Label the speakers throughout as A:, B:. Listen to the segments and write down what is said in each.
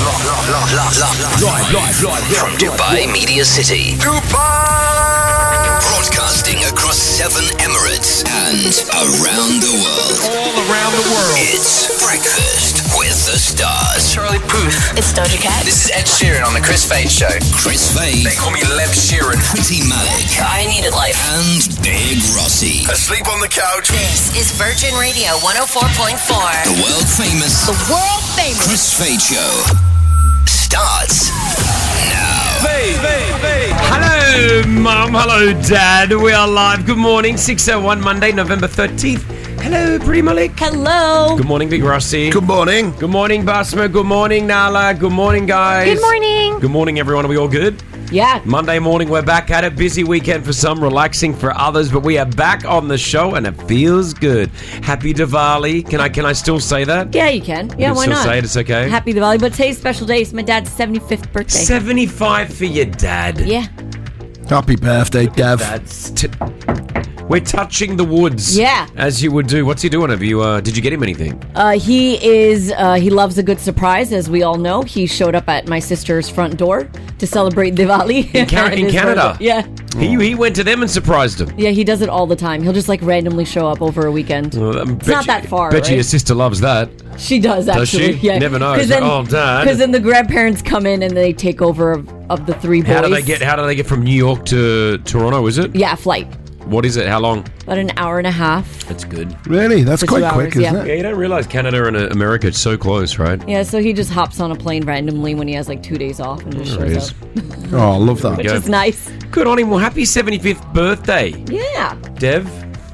A: live, live, live, live, live, live, from Dubai Media City. Dubai! Broadcasting across seven Emirates and around the world.
B: all around the world.
A: It's Breakfast with the Stars. Charlie Puth.
C: It's Doja Cat.
D: This is Ed Sheeran on the Chris Fade Show.
A: Chris Fade.
D: They call me Lev Sheeran.
A: Pretty Malik.
C: I need it life.
A: And Big Rossi.
D: Asleep on the couch.
C: This is Virgin Radio 104.4.
A: The world famous
C: The world famous.
A: Chris Fade Show starts now.
E: Hello, Mum. Hello, Dad. We are live. Good morning. 601 Monday, November 13th. Hello, Pretty Malik.
F: Hello.
E: Good morning, Big Rossi.
B: Good morning.
E: Good morning, Basma. Good morning, Nala. Good morning, guys.
F: Good morning.
E: Good morning, everyone. Are we all good?
F: Yeah.
E: Monday morning, we're back at it. Busy weekend for some, relaxing for others, but we are back on the show and it feels good. Happy Diwali. Can I can I still say that?
F: Yeah, you can. Yeah,
E: can
F: why
E: still
F: not?
E: say it, it's okay.
F: Happy Diwali, but today's a special day. It's my dad's 75th birthday.
E: 75 for your dad.
F: yeah.
B: Happy birthday, Dev.
E: That's t- we're touching the woods.
F: Yeah.
E: As you would do. What's he doing? Have you? Uh, did you get him anything?
F: Uh, he is. Uh, he loves a good surprise, as we all know. He showed up at my sister's front door to celebrate Diwali
E: In Ca-
F: It
E: in
F: is
E: Canada?
F: birthday. Yeah.
E: He he went to them and surprised them.
F: Yeah, he does it all the time. He'll just like randomly show up over a weekend.
E: It's
F: not that far,
E: Bet you
F: right?
E: your sister loves that.
F: She does actually.
E: Does she?
F: Yeah.
E: Never know.
F: Because
E: It's
F: then,
E: like, "Oh, Dad."
F: Because then the grandparents come in and they take over of, of the three boys.
E: How do they get? How do they get from New York to Toronto? Is it?
F: Yeah, flight.
E: What is it? How long?
F: About an hour and a half.
E: That's good.
B: Really? That's
F: For two
B: quite
F: hours,
B: quick, isn't
F: yeah.
B: it?
E: Yeah, you don't realize Canada and uh, America is so close, right?
F: Yeah, so he just hops on a plane randomly when he has like two days off and just
E: There it
F: shows
E: is.
F: up.
B: Oh, I love that.
F: which
E: Yeah.
F: is nice.
E: Good on him. Well, happy 75th birthday,
F: Yeah.
E: Dev.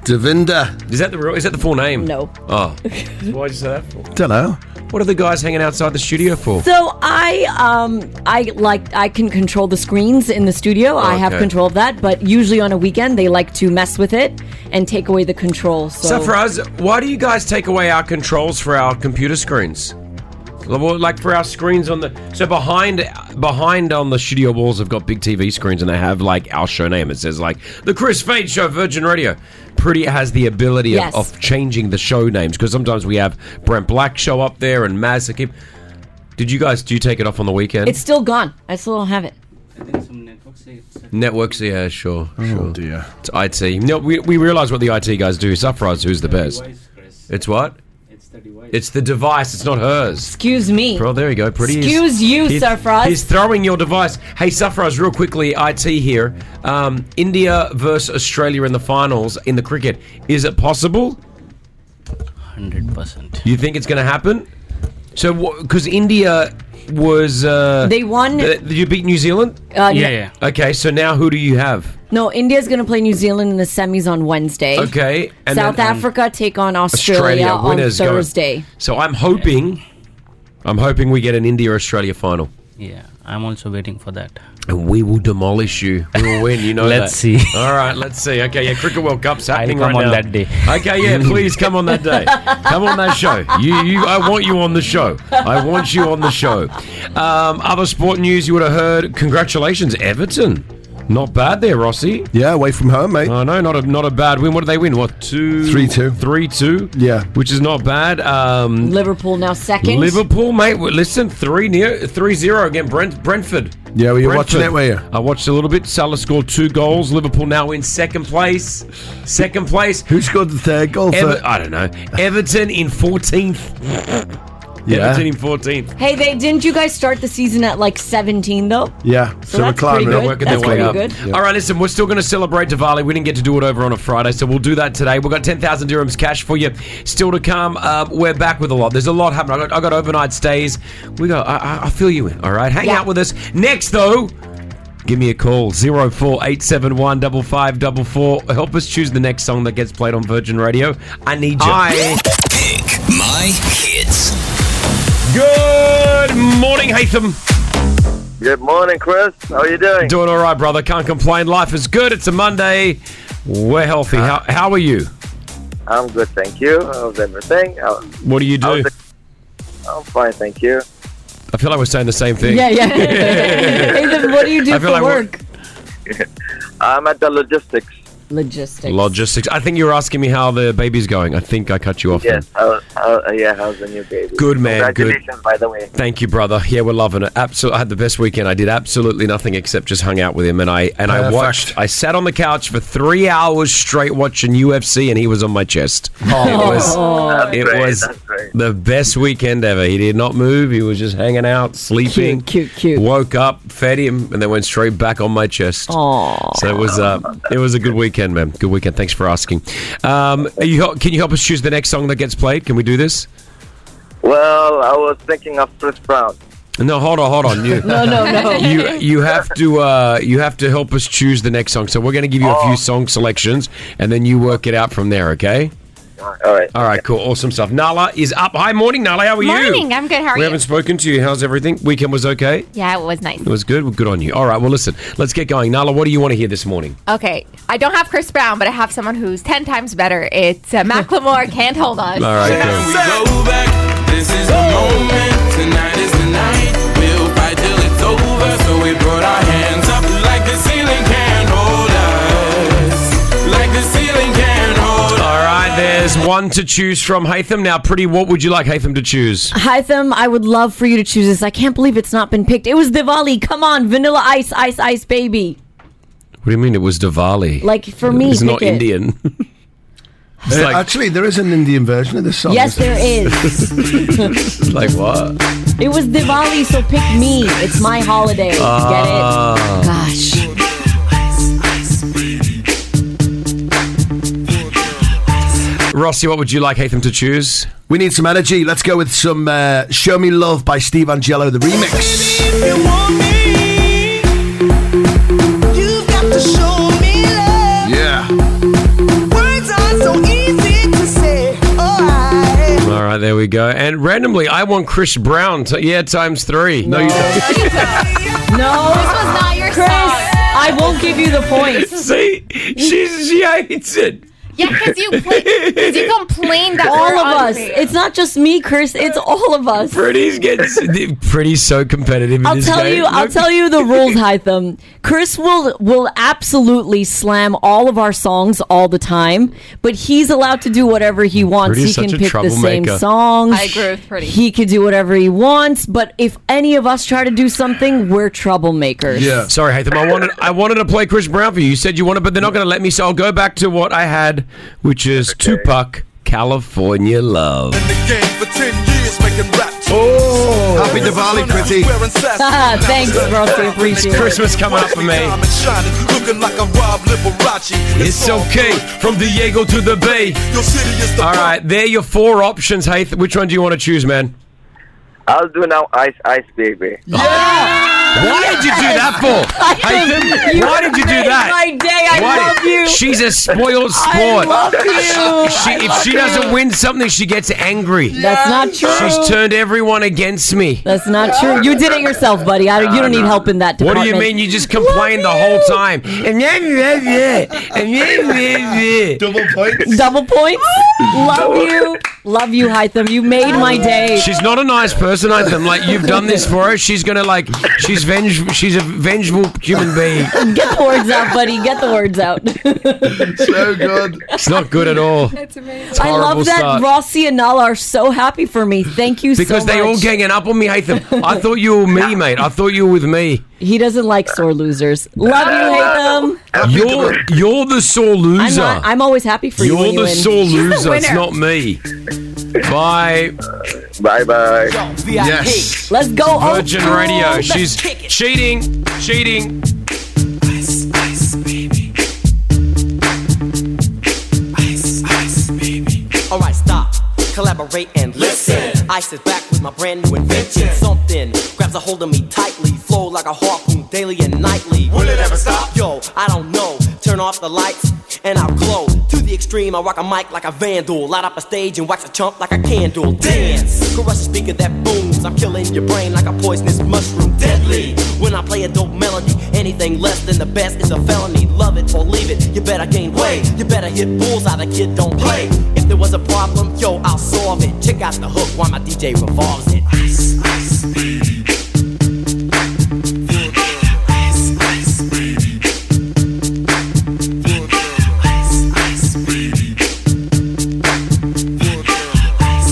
B: Devinder.
E: Is that the real- is that the full name?
F: No.
E: Oh, why did you say that for?
B: Hello.
E: What are the guys hanging outside the studio for?
F: So I um I like I can control the screens in the studio. I have
E: Okay.
F: control of that, but usually on a weekend they like to mess with it and take away the control. So,
E: So for us, why do you guys take away our controls for our computer screens? Well, Like for our screens on the so behind behind on the studio walls, have got big TV screens and they have like our show name. It says like the Chris Fade Show, Virgin Radio. Pretty has the ability
F: Yes.
E: of, of changing the show names because sometimes we have Brent Black show up there and Maz Hakim. Did you guys do you take it off on the weekend?
F: it's still gone. I still don't have it.
E: Networks, yeah, sure,
B: Oh,
E: sure.
B: dear.
E: It's IT. No, we, we realize what the IT guys do. Safraz, who's the best? It's what?
G: It's the device.
E: It's the device. It's not hers.
F: Excuse me.
E: Well, there you go. Pretty. is-
F: Excuse you,
E: he's,
F: Sarfraz.
E: He's throwing your device. Hey, Sarfraz, real quickly, IT here. Um, India versus Australia in the finals in the cricket. Is it possible?
G: Hundred percent.
E: You think it's going to happen? So, because India was. Uh,
F: They won-
E: th- you beat New Zealand?
F: Uh,
G: Yeah,
F: no-
G: yeah.
E: Okay, so now who do you have?
F: No, India's going to play New Zealand in the semis on Wednesday.
E: Okay. and
F: Eh? South
E: then- and-
F: Africa take on Australia,
E: Australia,
F: on
E: winners go-
F: Thursday.
E: So I'm hoping, I'm hoping we get an India Australia final,
G: Yeah, I'm also waiting for that.
E: and we will demolish you. We will win. You know.
G: Let's
E: that.
G: see.
E: All right, let's see. Okay, yeah, Cricket World Cup's happening
G: come
E: right
G: on
E: now.
G: that day.
E: Okay, yeah, please come on that day. Come on that show. You, you, I want you on the show. I want you on the show. Um, other sport news you would have heard. Congratulations, Everton. Not bad there, Rossi.
B: Yeah, away from home, mate.
E: Oh no, not a not a bad win. What did they win? What two?
B: Three, two.
E: Three two.
B: Yeah.
E: which is not bad. Um,
F: Liverpool now second.
E: Liverpool, mate. well, Listen, 3 near, 3 0 against Brent, Brentford.
B: Yeah, were you
E: Brentford.
B: watching it, were you?
E: I watched a little bit. Salah scored two goals. Liverpool now in second place. Second place.
B: Who scored the third goal?
E: Ever-
B: Third-
E: I don't know. Everton in 14th.
B: yeah.
E: Everton in 14th.
F: Hey, they didn't you guys start the season at like 17 though?
B: Yeah. So, we're
F: that's pretty
B: climbing.
F: good.
E: They're working
F: That's
E: their way
F: pretty
E: up.
F: good.
E: All right, listen, we're still going to celebrate Diwali. We didn't get to do it over on a Friday, so we'll do that today. We've got 10,000 dirhams cash for you still to come. Uh, we're back with a lot. There's a lot happening. I got, I got overnight stays. We got, I, I, I'll fill you in, all right? Hang
F: Yeah.
E: out with us. Next, though, give me a call 04871 5544. Help us choose the next song that gets played on Virgin Radio. I need you.
A: Pick my hits.
E: Good morning, Haytham.
H: Good morning, Chris. How are you doing?
E: Doing all right, brother. Can't complain. Life is good. It's a Monday. We're healthy. How, how are you?
H: I'm good, thank you. How's everything? How-
E: What do you do?
H: how's it- I'm fine, thank you.
E: I feel like we're saying the same thing.
F: Yeah, yeah. hey, then what do you do
E: I feel
F: for
E: like we're-
F: work?
H: I'm at the logistics.
F: Logistics.
E: Logistics. I think you were asking me how the baby's going. I think I cut you off.
H: Yes, I was, How, uh, yeah, how's the new baby?
E: Good man, good.
H: Congratulations, by the way.
E: Thank you, brother. Yeah, we're loving it. Absolutely, I had the best weekend. I did absolutely nothing except just hung out with him, and I and I
B: Perfect.
E: watched. I sat on the couch for three hours straight watching UFC, and he was on my chest.
F: Oh.
H: That's
E: it was, it
H: great,
E: was
H: That's great.
E: the best weekend ever. He did not move. He was just hanging out, sleeping.
F: Cute, cute, cute.
E: Woke up, fed him, and then went straight back on my chest.
F: Aw.
E: So it was uh, it was a good weekend, man. Good weekend. Thanks for asking. Um, are you, can you help us choose the next song that gets played? Can we do this?
H: Well, I was thinking of Chris Brown.
E: No, hold on, hold on. You,
F: No, no, no.
E: you you have to uh, you have to help us choose the next song. So we're going to give you a
H: Oh.
E: few song selections, and then you work it out from there. Okay.
H: All right.
E: All right. Cool. Awesome stuff. Nala is up. Hi, morning, Nala. How are you?
I: Morning, I'm good. How are
E: we
I: you?
E: haven't spoken to you. How's everything? Weekend was okay.
I: Yeah, it was nice.
E: It was good. Well, Good on you. All right. Well, listen. Let's get going. Nala, what do you want to hear this morning?
I: Okay, I don't have Chris Brown, but I have someone who's ten times better. It's uh, Macklemore. Can't hold us.
E: All right. Go.
J: We go back. This is the moment. Tonight is the night. We'll fight till it's over. So we brought our hands up like the ceiling can hold us. Like the ceiling can hold us.
E: All right. There's one to choose from. Haytham. Now, pretty. What would you like Haytham to choose?
F: Hytham, I would love for you to choose this. I can't believe it's not been picked. It was Diwali. Come on, Vanilla Ice, Ice, Ice, baby.
E: What do you mean? It was Diwali.
F: Like for me,
E: It's not
F: pick it.
E: Indian. it's
B: Uh,
E: like
B: Actually, there is an Indian version of this song.
F: Yes, there is.
E: it's like what?
F: it was Diwali, so pick me. It's my holiday.
E: Ah.
F: Get it? Gosh.
E: Rossi, what would you like Haytham to choose?
B: We need some energy. Let's go with some uh, "Show Me Love" by Steve Angelo, the remix. Yeah.
A: Oh,
E: All right, there we go. And randomly, I want Chris Brown. To, yeah, times three. No, you don't.
F: No,
I: This was not your
F: Chris,
I: song.
F: I won't give you the points.
E: See, she's, she hates it.
I: Yeah, because you pla- 'cause you complained that
F: All
I: we're
F: of us.
I: unfair.
F: It's not just me, Chris. It's all of us.
E: Pretty's gets pretty's so competitive. In
F: I'll
E: this
F: tell
E: game.
F: you. I'll
E: Look.
F: tell you the rules, Hytham. Chris will will absolutely slam all of our songs all the time, but he's allowed to do whatever he wants.
E: Pretty's
F: he
E: such
F: can
E: a
F: pick the same
E: troublemaker.
F: songs.
I: I agree with Pretty.
F: He could do whatever he wants, but if any of us try to do something, we're troublemakers.
B: Yeah.
E: Sorry, Haytham. I wanted I wanted to play Chris Brown for you. You said you wanted, but they're not going to let me. So I'll go back to what I had, which is Tupac, California Love.
J: In the game for 10 years making rap.
B: Oh, happy Diwali, pretty.
C: Uh,
F: Thanks, Rossi. Appreciate it.
E: Christmas coming up for me. It's okay from Diego to the Bay. All right, there are your four options, Haytham. Which one do you want to choose, man?
H: I'll do now Ice Ice Baby.
E: Why did you do that for? Haytham, why did you do
F: made
E: that?
F: My day. I
E: Why
F: love
E: did-
F: you.
E: She's a spoiled
F: I
E: sport.
F: love you.
E: She, if she doesn't win something, she gets angry.
F: That's not true.
E: She's turned everyone against me.
F: That's not true. You did it yourself, buddy. I, you don't need help in that
E: What
F: department.
E: do you mean? You just complained the whole time. And yeah, yeah, yeah. And yeah, yeah, yeah.
B: Double points.
F: Double points. Love you. Love you, Hytham. You made my day.
E: She's not a nice person, I think. Like you've done this for her. She's gonna like. She's venge. She's a vengeful human being.
F: Get the words out, buddy. Get the words out.
B: so good.
E: It's not good at all.
I: It's amazing.
F: I
E: horrible
F: love that
E: start.
F: Rossi and Nala are so happy for me. Thank you
E: Because
F: so much.
E: they all ganging up on me, Hatham. I thought you were me, mate. I thought you were with me.
F: He doesn't like sore losers. Love you, Hytham.
E: You're you're the sore
F: I'm,
E: loser.
F: not, I'm always happy for you.
E: you're
F: when you
E: the
F: win.
E: sore
I: the
E: loser. It's
I: winner.
E: not me. Bye.
H: Bye bye.
B: Yes.
F: Let's go.
E: Virgin
F: old school.
E: Radio.
F: Let's
E: She's
F: kick it.
E: cheating, cheating.
J: Ice, ice, baby. Ice, ice, baby.
K: Alright, stop, collaborate and listen. Ice is back with my brand new invention. Something grabs a hold of me tightly, flow like a harpoon daily and nightly. Will it ever stop? Yo, I don't know. Turn off the lights and I'll glow. To the extreme, I rock a mic like a vandal. Light up a stage and wax a chump like a candle. Dance, caress a speaker that booms. I'm killing your brain like a poisonous mushroom. Deadly, when I play a dope melody, anything less than the best is a felony. Love it or leave it, you better gain weight. You better hit bullseye, the kid don't play. If there was a problem, yo, I'll solve it. Check out the hook while my DJ revolves it.
J: Ice, ice, baby. Ice, ice, baby. Ice, ice, baby. Ice, ice,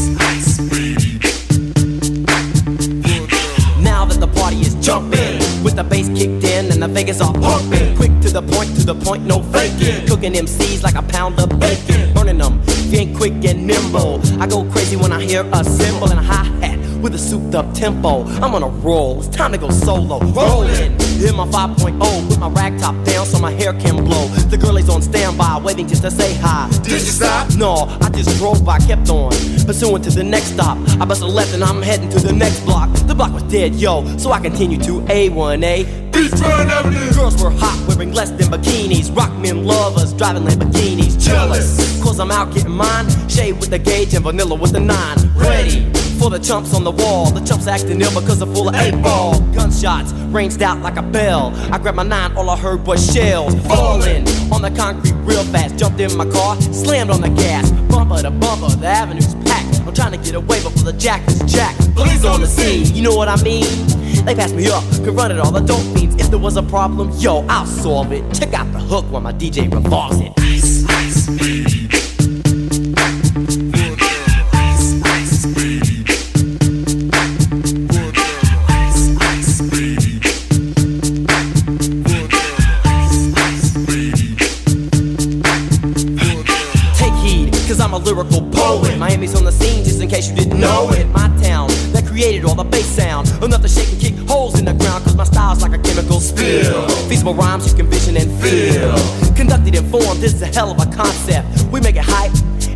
K: jump in. With the bass kicked in and the Vegas are pumping. Quick to the point, to the point, no faking. Cooking MCs like a pound of bacon. Burning them, if you ain't quick and nimble. I go crazy when I hear a cymbal and a hi hat with a souped up tempo. I'm on a roll, it's time to go solo. Rolling, hit my 5.0 with my rag top down so my hair can blow. The girl is on standby, waiting just to say hi. Did you stop? No, I just drove by, kept on pursuing to the next stop. I bust a left and I'm heading to the next block. The block was dead, yo, so I continue to A1A. Beachfront Avenue. Girls were hot, wearing less than bikinis. Rock men love us, driving Lamborghinis. Jealous, cause I'm out getting mine. Shade with the gauge and vanilla with the nine. Ready for the chumps on the wall. The chumps acting ill because they're full of eight ball. Gunshots ranged out like a bell. I grabbed my nine, all I heard was shells falling on the concrete real fast. Jumped in my car, slammed on the gas. Bumper to bumper, the avenue's packed. I'm trying to get away before the jack is jacked. Police on the scene, you know what I mean? They passed me up, could run it all. I don't means if there was a problem, yo, I'll solve it. Check out the hook while my DJ revolves it. Ice, ice, baby. Ice, baby. Take heed, cause I'm a lyrical poet. Miami's on the scene, just in case you didn't know it. My town that created all the bass sound. Enough to shake and kick holes in the ground, cause my style's like a chemical spill. Feasible rhymes you can vision and feel. Conducted and formed, this is a hell of a concept. We make it hype.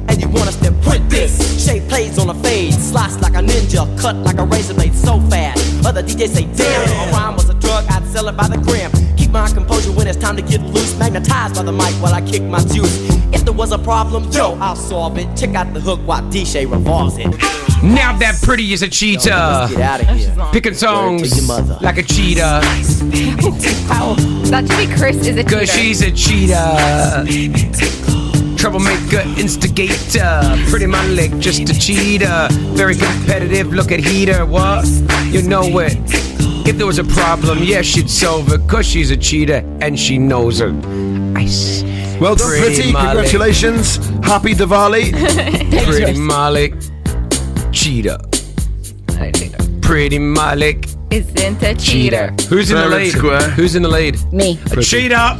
K: And you want us to print this? Shape plays on a fade, slice like a ninja, cut like a razor blade so fast. Other DJs say, damn, if a rhyme was a drug, I'd sell it by the gram. Keep my composure when it's time to get loose, magnetized by the mic while I kick my juice. If there was a problem, yo, I'll solve it. Check out the hook while DJ revolves it.
E: Now that pretty is a cheater.
K: Let's get outta here.
E: Picking songs like a cheater.
I: That should be Chris is a cheater.
E: Cause she's a cheater. Troublemaker, instigator. Pretty my lick, just a cheater. Very competitive, look at heater. What? You know it. If there was a problem, yeah, she'd solve it. Cause she's a cheater and she knows it. Ice.
B: Well done, Pretty.
E: my lick.
B: Congratulations. Happy Diwali.
E: Pretty Malik. Cheetah. Pretty Malik.
I: Isn't a cheater.
E: Who's in the
B: Fair and
E: lead?
B: square.
E: Who's in the lead?
F: Me.
E: A cheater.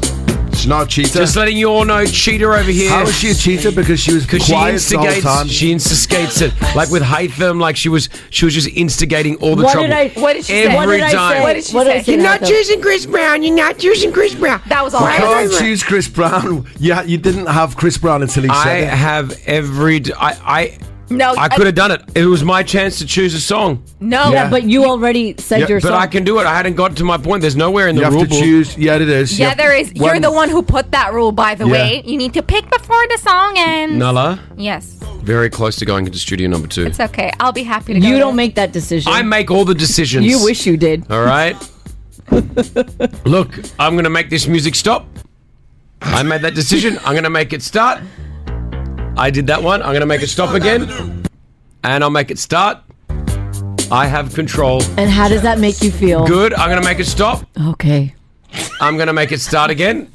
B: It's not a cheater.
E: Just letting you all know, cheater over here.
B: How is she a cheater? Because she was
E: Because she
B: quiet the whole time.
E: instigates, she instigates it. Like with Haytham, like she was, she was just instigating all the
F: What
E: trouble.
F: did I?
I: What did she say?
E: Every
F: What did I
E: time.
F: say?
I: What did she
F: what
I: say?
F: Did I say
I: You're
F: about
I: not
F: that?
E: Chris Brown. You're not using Chris Brown.
I: That was all
B: I can't
I: I
B: choose Chris Brown. Yeah, you didn't have Chris Brown until he
E: I
B: said it.
E: have every. d- I I,
I: No,
E: I could have done it. It was my chance to choose a song,
I: Oh, No,
B: Yeah.
F: But you already said
B: Yeah,
F: your
E: but
F: song.
E: I can do it. I hadn't gotten to my point. There's nowhere in
B: You
E: the
B: have
E: rule
B: to
E: book.
B: choose. Yeah, it is.
I: Yeah,
B: Yep.
I: there is. You're the one who put that rule, by the
B: Yeah.
I: way. You need to pick before the song ends.
E: Nala,
I: Yes,
E: very close to going into studio number two.
I: it's okay. I'll be happy to. go
F: you
I: there.
F: don't make that decision.
E: I make all the decisions.
F: you wish you did.
E: All right. Look, I'm going to make this music stop. I made that decision. I'm going to make it start. I did that one. I'm going to make it stop again. And I'll make it start. I have control.
F: And how does that make you feel?
E: Good. I'm going to make it stop.
F: Okay.
E: I'm going to make it start again.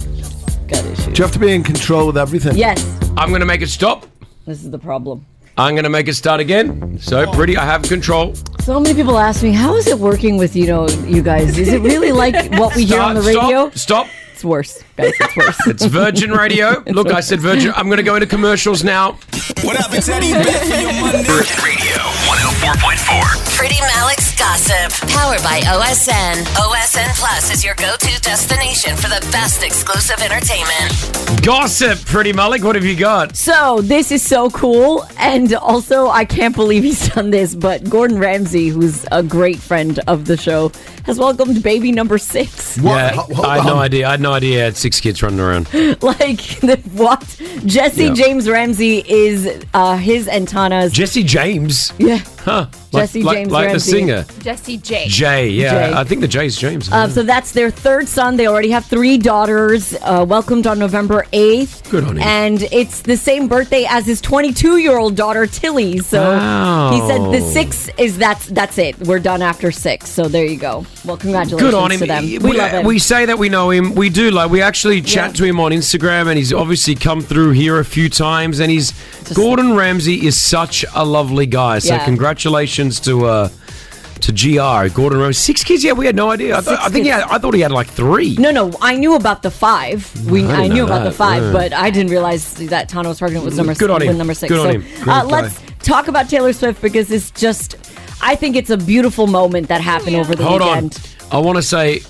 F: Got issues.
B: Do you have to be in control with everything?
F: Yes.
E: I'm going to make it stop.
F: This is the problem.
E: I'm going to make it start again. So pretty. I have control.
F: So many people ask me, how is it working with you know you guys? Is it really like what we hear on the
E: Start,
F: radio?
E: Stop. stop.
F: It's worse, guys. It's worse.
E: It's Virgin Radio. Look, I said Virgin. I'm going to go into commercials now.
A: Radio 104.4.
C: Pretty Malik's Gossip. Powered by OSN. OSN Plus is your go to destination for the best exclusive entertainment.
E: Gossip, Pretty Malik. What have you got?
F: So this is so cool, and also I can't believe he's done this. But Gordon Ramsay, who's a great friend of the show, has welcomed baby number six.
B: What?
E: Yeah,
B: Ho- hold
E: I had no
B: on.
E: idea. I had no idea. I had six kids running around.
F: Like the- what? Jesse
E: Yeah.
F: James Ramsey is uh, his and Tana's.
E: Jesse James,
F: yeah.
E: huh?
F: Jesse
E: like,
F: James
E: like the
F: Ramsey.
E: singer
I: Jesse J.
E: Jay. Yeah,
F: Jay.
E: I think the Jay's James.
F: Uh, so that's their third son. They already have three daughters, uh, welcomed on November 8th.
E: Good on him.
F: And it's the same birthday as his 22 year old daughter, Tilly. So
E: Wow.
F: he said the six is that's that's it. We're done after six. So there you go. Well, congratulations
E: Good on him.
F: to them.
E: We,
F: We, love him.
E: we say that we know him. We do. Like we actually chat
F: Yeah.
E: to him on Instagram, and he's obviously come through here a few times. And he's Gordon Ramsay is such a lovely guy. So
F: Yeah.
E: congratulations to uh, to GR, Gordon Ramsay. Six kids? Yeah, we had no idea. I, thought- I think he had, I thought he had like three.
F: No, no, I knew about the five. We,
E: I
F: I,
E: didn't
F: knew
E: know
F: about the
E: that,
F: five,
E: yeah.
F: but I didn't realize that Tana was pregnant was number
E: Good on him.
F: with number six.
E: Good on
F: so
E: him.
F: Uh,
E: Great
F: let's
E: guy.
F: talk about Taylor Swift because it's just, I think it's a beautiful moment that happened over the
E: Hold
F: weekend.
E: on. I want to say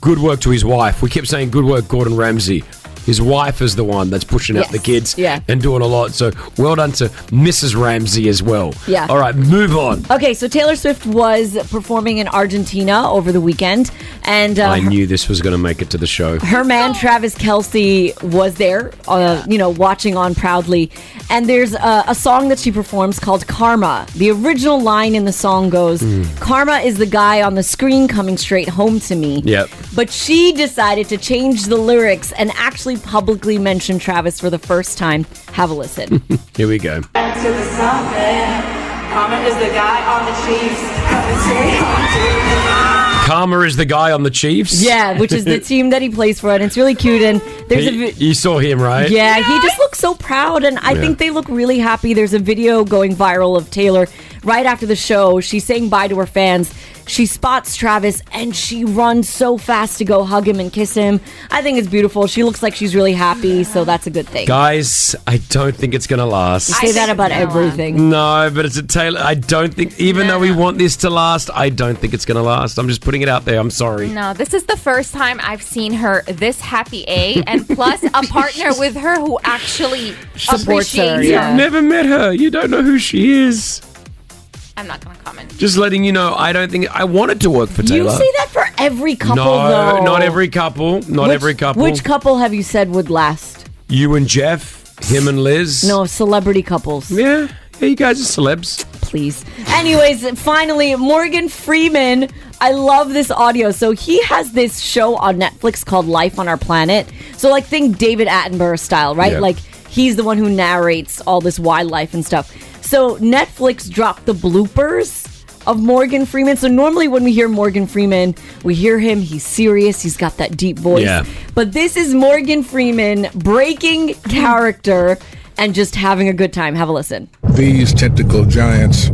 E: good work to his wife. We kept saying good work, Gordon Ramsay. His wife is the one that's pushing out
F: Yes.
E: the kids
F: Yeah.
E: and doing a lot. So well done to Mrs. Ramsay as well.
F: Yeah.
E: All right, move on.
F: Okay, so Taylor Swift was performing in Argentina over the weekend, and uh,
E: I knew this was going to make it to the show.
F: her man Travis Kelsey was there, uh, you know, watching on proudly. And there's a, a song that she performs called "Karma." The original line in the song goes,
E: Hmm.
L: Mm.
F: "Karma is the guy on the screen coming straight home to me."
L: Yep.
F: But she decided to change the lyrics and actually publicly mention Travis for the first time. Have a listen.
E: Here we go.
M: To the summit. Common is the guy on the Chiefs. Coming straight home to the line.
E: Karma is the guy on the Chiefs.
F: yeah, which is the team that he plays for, and it's really cute. And there's a
E: He-
F: vi-
E: you saw him, right?
F: Yeah, he just looks so proud, and I
E: Yeah.
F: think they look really happy. There's a video going viral of Taylor right after the show. She's saying bye to her fans. She spots Travis and she runs so fast to go hug him and kiss him. I think it's beautiful. She looks like she's really happy, so that's a good thing.
E: Guys, I don't think it's going to last.
F: You say that about
E: Mm,
F: everything.
E: No, but it's a Taylor. I don't think, even though we want this to last, I don't think it's going to last. I'm just putting it out there. I'm sorry.
I: No, this is the first time I've seen her this happy A, and plus a partner with her who actually
E: Supports
I: appreciates
E: her,
I: her.
E: yeah. You've never met her. You don't know who she is.
I: I'm not gonna comment.
E: Just letting you know, I don't think I wanted to work for
F: You
E: Taylor.
F: say that for every couple,
E: no,
F: though.
E: not every couple. Not
F: Which-
E: every couple.
F: Which couple have you said would last?
E: you and Jeff, him and Liz.
F: No, celebrity couples.
E: Yeah. Yeah, you guys are celebs.
F: Please. Anyways, finally, Morgan Freeman. I love this audio. So he has this show on Netflix called Life on Our Planet. So like think David Attenborough style, right?
L: Yeah.
F: Like he's the one who narrates all this wildlife and stuff. So Netflix dropped the bloopers of Morgan Freeman. So normally when we hear Morgan Freeman, we hear him, he's serious, he's got that deep voice.
L: Yeah.
F: But this is Morgan Freeman breaking character and just having a good time. Have a listen.
N: These tentacle giants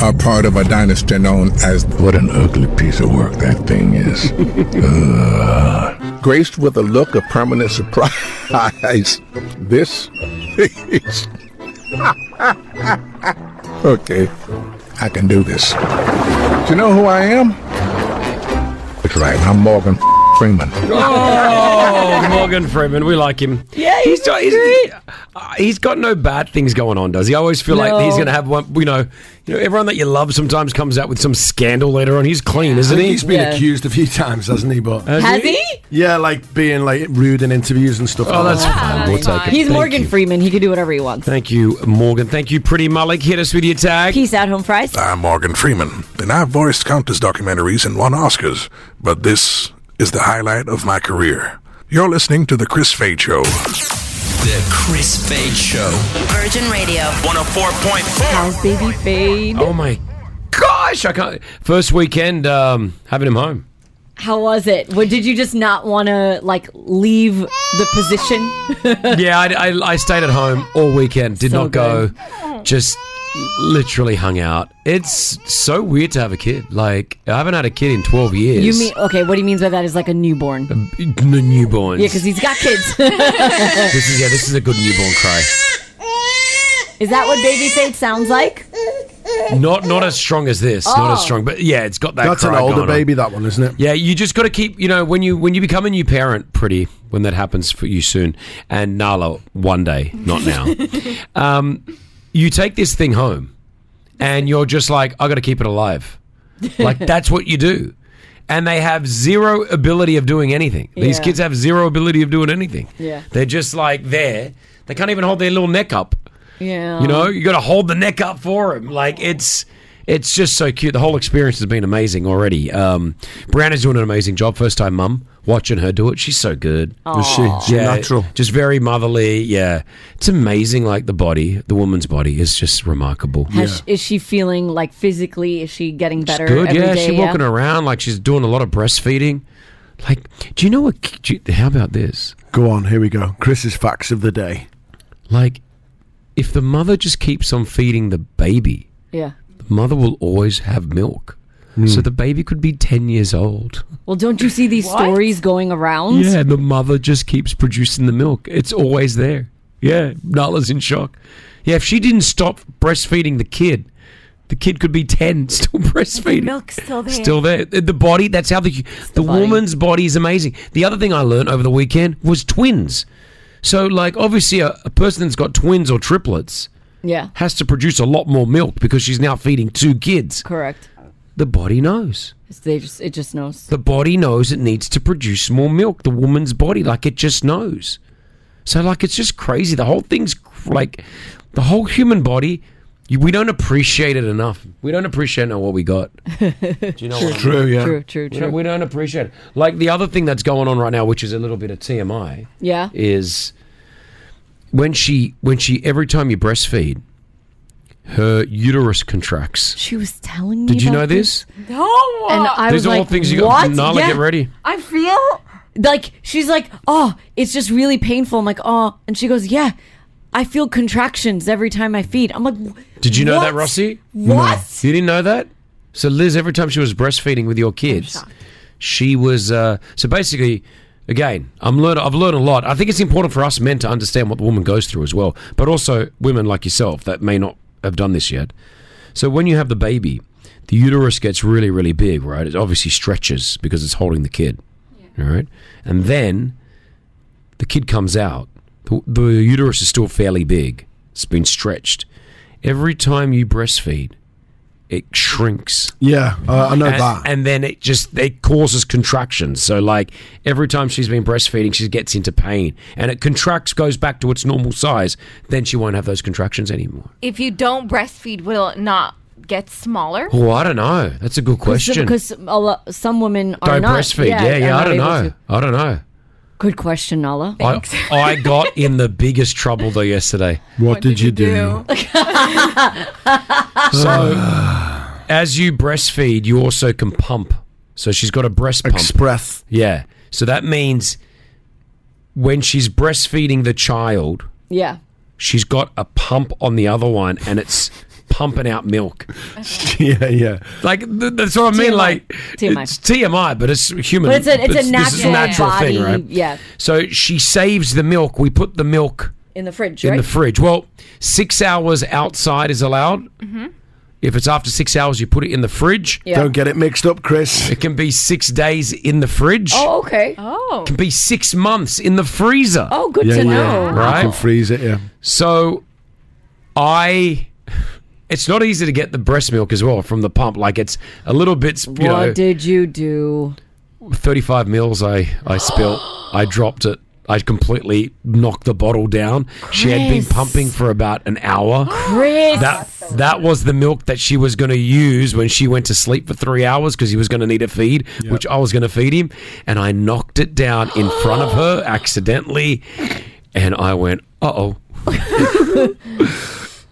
N: are part of a dynasty known as. What an ugly piece of work that thing is. Ugh. Uh, Graced with a look of permanent surprise, this is. okay, I can do this. Do you know who I am? That's right, I'm Morgan Freeman.
E: Oh, Morgan Freeman, we like him. Yeah, he's, do- he's, uh, he's got no bad things going on, does he? I always feel
B: No.
E: like he's going to have one. You know, you know, everyone that you love sometimes comes out with some scandal later on. He's clean, isn't
B: I think
E: he?
B: He's been accused a few times, hasn't he? But
F: Has he?
B: Yeah, like being like rude in interviews and stuff.
E: Oh,
B: like
E: that's
B: that.
E: fine. We'll take it.
F: He's
E: Thank
F: Morgan Freeman. He can do whatever he wants.
E: Thank you, Morgan. Thank you, Pretty Malik. Hit us with your tag.
F: Peace out, home fries.
O: I'm Morgan Freeman, and I've voiced countless documentaries and won Oscars, but this is the highlight of my career. You're listening to The Chris Fade Show.
A: The Chris Fade Show.
C: Virgin Radio.
A: 104.4.
F: How's baby fade?
E: Oh my gosh, I can't. First weekend, um, having him home.
F: How was it? What, did you just not want to like leave the position?
E: yeah, I, I, I stayed at home all weekend. Did
F: So
E: not go. Just literally hung out. It's so weird to have a kid. Like I haven't had a kid in twelve years. Uh,
F: You mean okay? What he means by that is like a newborn. Yeah,
E: the newborn?
F: because he's got kids.
E: this is yeah. This is a good newborn cry.
F: is that what baby fade sounds like?
E: Not not as strong as this. Not as
F: Oh.
E: strong. But yeah, it's got that.
B: That's an
E: cry
B: older
E: going on.
B: baby, that one, isn't it?
E: Yeah, you just got to keep, you know, when you when you become a new parent, pretty when that happens for you soon, and Nala one day, not now. um, you take this thing home, and you're just like, I got to keep it alive. Like that's what you do, and they have zero ability of doing anything. These
P: Yeah.
E: kids have zero ability of doing anything.
P: Yeah.
E: they're just like there. They can't even hold their little neck up.
F: Yeah.
E: You know, you got to hold the neck up for him. Like it's it's just so cute. The whole experience has been amazing already. Um, Brianna's doing an amazing job. First time mum, watching her do it. She's so good.
B: Is she? Aw. She's natural.
E: Just very motherly. Yeah, it's amazing. Like the body, the woman's body is just remarkable.
F: Has, Is she feeling like physically? Is she getting better?
E: Good,
F: every
E: yeah.
F: day,
E: she's walking around like she's doing a lot of breastfeeding. Like, do you know what? do you- how about this?
B: Go on, here we go. Chris's facts of the day.
E: Like, if the mother just keeps on feeding the baby,
F: Yeah.
E: the mother will always have milk. So the baby could be 10 years old.
F: Well, don't you see these stories going around?
E: Yeah, the mother just keeps producing the milk. It's always there. Yeah, Nala's in shock. Yeah, if she didn't stop breastfeeding the kid, the kid could be 10 still breastfeeding.
I: milk's still there.
E: Still there. The the body, that's how the, the, woman's body is amazing. The other thing I learned over the weekend was twins. So, like, obviously, a, a person that's got twins or triplets
F: Yeah.
E: has to produce a lot more milk because she's now feeding two kids.
F: Correct.
E: The body knows.
F: It's- They just it just knows.
E: The body knows it needs to produce more milk. The woman's body, like, it just knows. So, like, it's just crazy. The whole thing's cr- like the whole human body. You, we don't appreciate it enough. We don't appreciate now what we got. Do you know
B: True.
E: what I mean?
B: True, yeah. True,
F: true,
E: We don't, we don't appreciate it. Like the other thing that's going on right now, which is a little bit of TMI
F: Yeah.
E: is when she when she every time you breastfeed, her uterus contracts.
F: She was telling me.
E: Did you
F: about
E: know this?
I: No.
F: And I
E: These
F: was
E: are all
F: like,
E: things you
F: what?
E: got. Nala,
F: Yeah.
E: get ready.
F: I feel like she's like, oh, it's just really painful. I'm like, oh, and she goes, yeah, I feel contractions every time I feed. I'm like,
E: Did you know
F: what?
E: that, Rossi?
F: What?
E: You didn't know that? So Liz, every time she was breastfeeding with your kids, she was uh, so basically. Again, I'm learn- I've learned a lot. I think it's important for us men to understand what the woman goes through as well, but also women like yourself that may not have done this yet. So when you have the baby, the uterus gets really, really big, right? It obviously stretches because it's holding the kid, all right? And then the kid comes out. The, the uterus is still fairly big. It's been stretched. Every time you breastfeed, it shrinks.
B: Yeah, uh, I know
E: and,
B: that.
E: And then it just it causes contractions. So like every time she's been breastfeeding, she gets into pain, and it contracts, goes back to its normal size. Then she won't have those contractions anymore.
I: If you don't breastfeed, will it not get smaller?
E: Oh, I don't know. That's a good question.
F: Because a lo- some women are
E: don't
F: not.
E: breastfeed. Yeah, yeah.
F: are
E: I
F: not
E: don't
F: able
E: know.
F: to.
E: I don't know.
F: Good question, Nala.
E: I, I got in the biggest trouble though yesterday.
B: What, did, you do?
E: So, as you breastfeed, you also can pump. So she's got a breast pump.
B: Express.
E: Yeah. So that means when she's breastfeeding the child,
F: Yeah.
E: she's got a pump on the other one, and it's pumping out milk. yeah, yeah. Like th- that's what I mean.
F: TMI.
E: Like
F: TMI.
E: it's TMI, but it's human.
F: But it's a it's a
E: this is
F: natural, body.
E: thing, right?
F: Yeah.
E: So she saves the milk. We put the milk
F: In the fridge,
E: in
F: right?
E: the fridge. Well, six hours outside is allowed.
F: Mhm.
E: If it's after six hours, you put it in the fridge.
F: Yeah. Don't
E: get it mixed up, Chris. It can be six days in the fridge.
F: Oh, okay. Oh.
E: It can be six months in the freezer.
F: Oh, good Yeah, to yeah. know.
E: Right?
B: You can freeze it, yeah.
E: So I. It's not easy to get the breast milk as well from the pump. Like it's a little bit, you
F: What
E: know,
F: did you do?
E: 35 mils I, I spilt. I dropped it. I completely knocked the bottle down. She had been
F: Chris.
E: pumping for about an hour.
F: Chris.
E: That that was the milk that she was going to use when she went to sleep for three hours because he was going to need a feed, which I was going to feed him, and I knocked it down in front of her accidentally, and I went, "Uh oh,"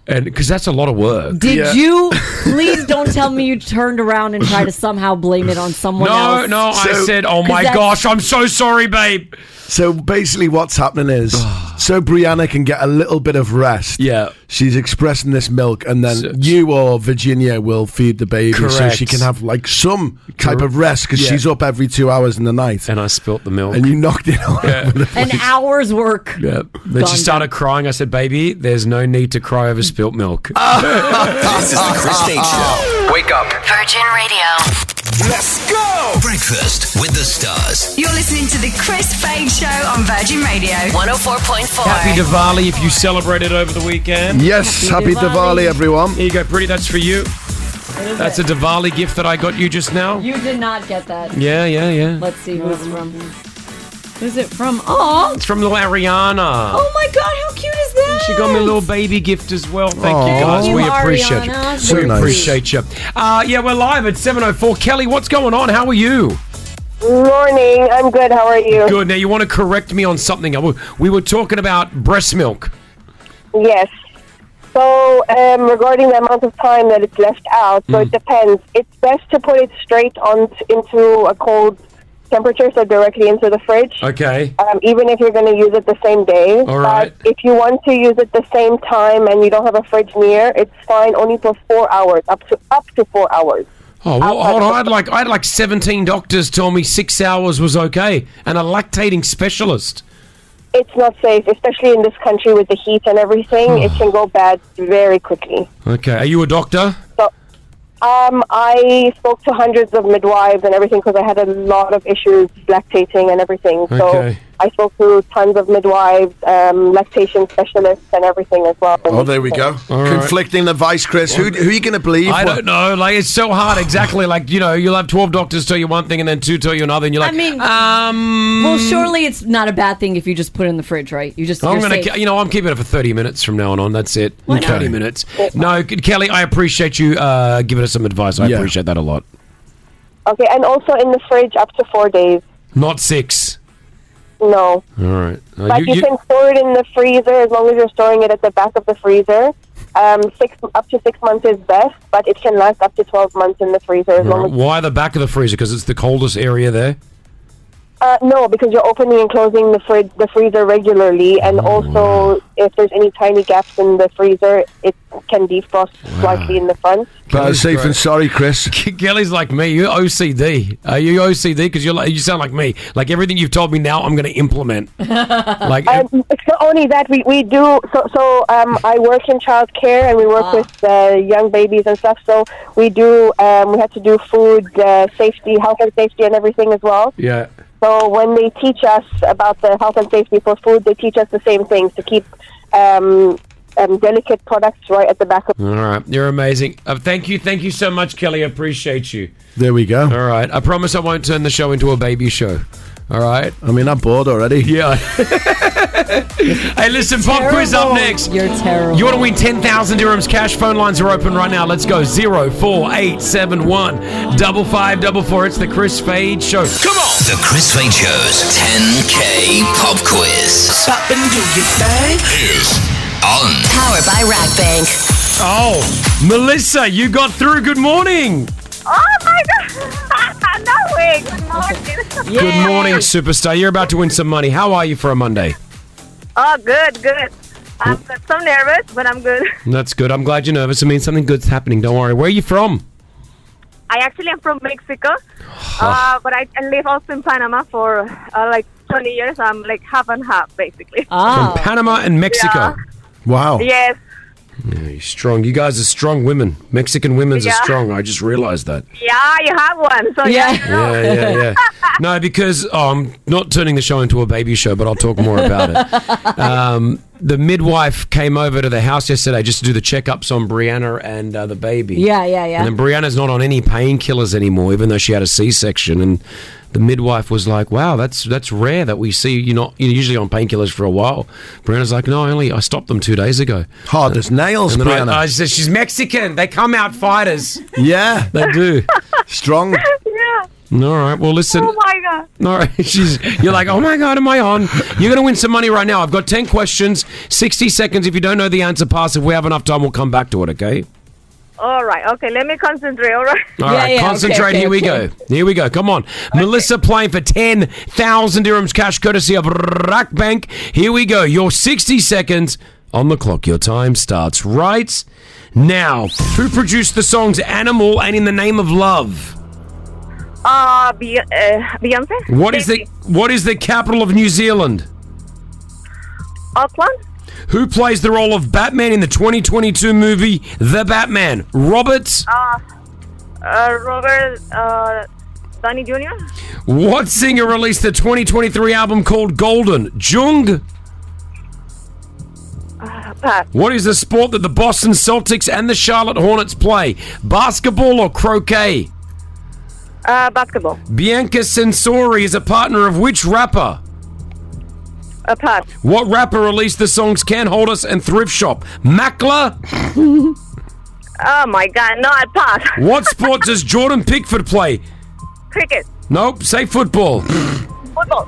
E: and because that's a lot of work.
F: Did you? Please don't tell me you turned around and tried to somehow blame it on someone
E: No,
F: else.
E: no. I said, "Oh my
F: 'Cause that's-
E: gosh, I'm so sorry, babe."
B: So basically, what's happening is so Brianna can get a little bit of rest.
E: Yeah.
B: She's expressing this milk, and then you or Virginia will feed the baby so
E: Correct.
B: she can have like some type of rest because
E: Yeah.
B: she's up every two hours in the night.
E: And I spilt the milk.
B: And you knocked it out.
F: An hour's work.
E: Yeah. Then she started crying. I said, "Baby, there's no need to cry over spilt milk."
A: this is the Chris Stage Show.
D: Wake up.
C: Virgin Radio.
A: Let's go. Breakfast with the stars.
L: You're listening to the Chris Fade Show on Virgin Radio.
C: 104.4.
E: Happy Diwali if you celebrated over the weekend.
B: Yes, Happy Happy Diwali. Diwali, everyone.
E: Here you go, pretty. That's for you. That's a Diwali gift that I got you just now.
F: You did not get that.
E: Yeah, yeah, yeah.
F: Let's see who's from. Who's it from? Oh,
E: It's from little Ariana.
F: oh my God! How cute is that?
E: Ah. She got me a little baby gift as well. Thank
F: Aw.
E: you guys.
F: Thank
E: we
F: you,
E: appreciate
F: Ariana.
E: you.
F: So
E: we
F: nice.
E: appreciate you. Uh, yeah, we're live at 7.04. Kelly, what's going on? How are you?
P: Morning. I'm good. How are you?
E: Good. Now, you want to correct me on something. I w- We were talking about breast milk.
P: Yes. So, um, regarding the amount of time that it's left out, so it
E: Mm.
P: depends. It's best to put it straight on t- into a cold temperature, so directly into the fridge.
E: Okay.
P: Um, even if you're going to use it the same day.
E: All right.
P: But if you want to use it the same time and you don't have a fridge near, it's fine only for four hours, up to up to four hours.
E: Oh, well, hold on. I had like I had like seventeen doctors tell me six hours was okay, and a lactating specialist.
P: It's not safe, especially in this country with the heat and everything. it can go bad very quickly.
E: Okay, are you a doctor?
P: Um, I spoke to hundreds of midwives and everything because I had a lot of issues lactating and everything. So
B: Okay.
P: I spoke to tons of midwives, um, lactation specialists, and everything as well.
B: Oh, there we go.
E: All right.
B: Conflicting advice, Chris. Who, who are you going to believe?
E: I
B: What-
E: don't know. Like it's so hard. Exactly. Like you know, you'll have twelve doctors tell you one thing, and then two tell you another, and you're
F: I
E: like,
F: mean,
E: um,
F: well, surely it's not a bad thing if you just put it in the fridge, right? You just
E: I'm
F: you're
E: gonna,
F: safe.
E: ke- you know, I'm keeping it for 30 minutes from now on. on. That's it. 30 minutes. No, K- Kelly, I appreciate you uh, giving us some advice. I appreciate that a lot.
P: Okay, and also in the fridge up to four days.
E: Not six.
P: No.
E: All right. Uh,
P: like you,
E: you- you-
P: can store it in the freezer as long as you're storing it at the back of the freezer. Um, six up to six months is best, but it can last up to twelve months in the freezer as
E: all
P: long
E: right.
P: as.
E: Why the back of the freezer? Because it's the coldest area there.
P: Uh, no, because you're opening and closing the fridge, the freezer regularly, and also if there's any tiny gaps in the freezer, it can defrost slightly in the front.
B: Better safe than uh, sorry, Chris.
E: Kelly's like me. You're OCD. Are you OCD? Because you're like, you sound like me. Like everything you've told me now, I'm going to implement. Like,
P: um, it's not only that we, we do so so um, I work in childcare and we work with uh, young babies and stuff. So we do um, we had to do food uh, safety, health and safety, and everything as well.
E: yeah.
P: So when they teach us about the health and safety for food, they teach us the same things to keep um, um, delicate products right at the back of.
E: All right. You're amazing. Uh, thank you. Thank you so much, Kelly. I appreciate you.
B: There we go.
E: All right. I promise I won't turn the show into a baby show. All right.
B: I mean, I'm bored already.
E: Yeah. hey, listen, pop quiz up next. You're
F: terrible.
E: You want to win 10,000 dirhams cash? Phone lines are open right now. Let's go. 04871 5544. It's the Chris Fade Show. Come on.
A: The Chris Fade Show's 10K Pop Quiz. Stop and do your thing. Is on.
C: Powered by Rack Bank.
E: Oh, Melissa, you got through. Good morning.
M: Oh my god! no way! Good morning.
E: Good morning, superstar. You're about to win some money. How are you for a Monday?
M: Oh, good, good. I'm good. so nervous, but I'm good.
E: That's good. I'm glad you're nervous. It means something good's happening. Don't worry. Where are you from?
M: I actually am from Mexico, uh, but I, I live also in Panama for uh, like 20 years. I'm like half and half, basically.
E: From Panama and Mexico.
M: Oh. Yeah.
E: Wow.
M: Yes,
E: Yeah, you're strong. You guys are strong women. Mexican women's
M: Yeah.
E: are strong. I just realized that.
M: yeah, you have one.
F: Oh,
M: So yeah, you know.
E: Yeah, yeah, yeah. No, because oh, I'm not turning the show into a baby show, but I'll talk more about it. Um, the midwife came over to the house yesterday just to do the checkups on Brianna and uh, the baby.
F: Yeah, yeah, yeah.
E: And then Brianna's not on any painkillers anymore, even though she had a C-section. And the midwife was like, "Wow, that's that's rare that we see you not you're usually on painkillers for a while." Brianna's like, "No, I only I stopped them two days ago."
B: Hard as Oh, nails,
E: And then I-
B: Brianna.
E: I said, "She's Mexican. They come out fighters.
B: Yeah,
E: they do.
B: Strong."
M: yeah.
E: All right. Well, listen.
M: Oh my god.
E: All right, she's. You're like, oh my god, am I on? You're gonna win some money right now. I've got ten questions, sixty seconds. If you don't know the answer, pass. If we have enough time, we'll come back to it. Okay.
M: All right. Okay. Let me concentrate. All right.
E: All right, concentrate. Here we go. Here we go. Come on, Melissa playing for ten thousand dirhams cash, courtesy of Rack Bank. Here we go. Your sixty seconds on the clock. Your time starts right now. Who produced the songs "Animal" and "In the Name of Love"?
M: Uh, Be- uh Beyonce.
E: What is the What is the capital of New Zealand?
M: Auckland.
E: Who plays the role of Batman in the 2022 movie The Batman? Roberts.
M: Uh, uh, Robert. Uh, Donny Jr.
E: What singer released the 2023 album called Golden? Jung.
M: Uh, Pat.
E: What is the sport that the Boston Celtics and the Charlotte Hornets play? Basketball or croquet?
M: Uh, basketball.
E: Bianca Sensori is a partner of which rapper?
M: Uh, Pat.
E: What rapper released the songs Can't Hold Us and Thrift Shop? Mackler?
M: Oh my god. No, I pass.
E: What sport does Jordan Pickford play?
M: Cricket.
E: Nope, say football.
M: Football.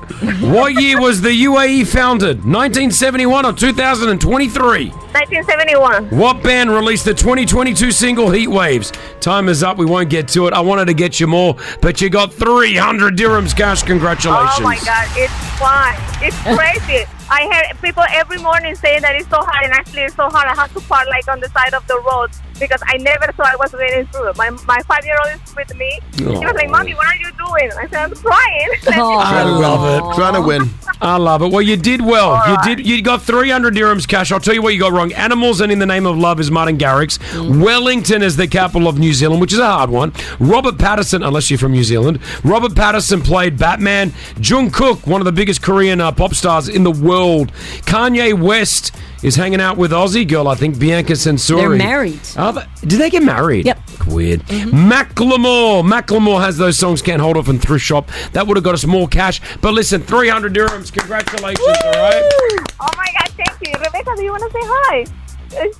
E: What year was the UAE founded? 1971 or 2023?
M: 1971.
E: What band released the 2022 single Heat Waves? Time is up. We won't get to it. I wanted to get you more, but you got 300 dirhams cash. Congratulations.
M: Oh my god. It's why. It's crazy. I hear people every morning saying that it's so hard, and actually it's so hard. I have to park like on the side of the road because I never thought I was getting through. My my five year old is with me. She was like,
E: Aw.
M: "Mommy, what are you doing?" I said, "I'm trying."
E: I love it. Trying to win. I love it. Well, you did well.
M: All
E: You did. You got 300 dirhams cash. I'll tell you what you got wrong. Animals and In the Name of Love is Martin Garrix. Wellington is the capital of New Zealand, which is a hard one. Robert Patterson, unless you're from New Zealand. Robert Patterson played Batman. Jungkook, one of the biggest Korean uh, pop stars in the world. Kanye West is hanging out with Aussie girl, I think, Bianca Sensori.
F: They're married.
E: Are they- did Oh, they get married?
F: Yep. Mm-hmm.
E: Weird. Macklemore. Macklemore has those songs Can't Hold Off and Thrift Shop. That would have got us more cash. But listen, 300 dirhams. Congratulations, all right?
M: Oh my God! Thank you, Rebecca. Do you want to say hi? Jesus,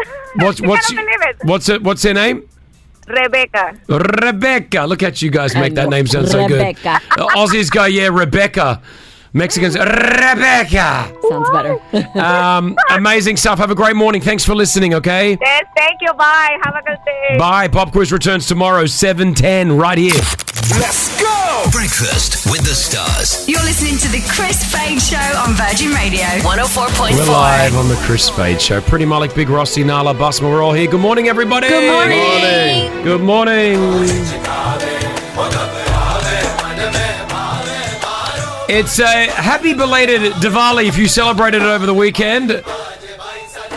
E: What's,
M: I
E: what's,
M: cannot believe it.
E: what's, it, what's her name?
M: Rebecca.
E: Rebecca. Look at you guys make
M: I
E: that
M: know.
E: name sound so good.
M: Rebecca.
E: Uh, Aussies go, yeah, Rebecca. Mexicans, Rebecca.
F: Sounds better.
E: Um, amazing stuff. Have a great morning. Thanks for listening, okay?
M: Yes, thank you. Bye. Have a good day.
E: Bye. Pop Quiz returns tomorrow, 7.10, right here.
A: Let's go! Breakfast with the stars.
L: You're listening to the Chris Fade Show on Virgin Radio 104.4.
E: We're live on the Chris Fade Show. Pretty Malik, Big Rossi, Nala, Busma, we're all here. Good morning, everybody.
L: Good morning.
E: Good morning. It's a happy belated Diwali if you celebrated it over the weekend.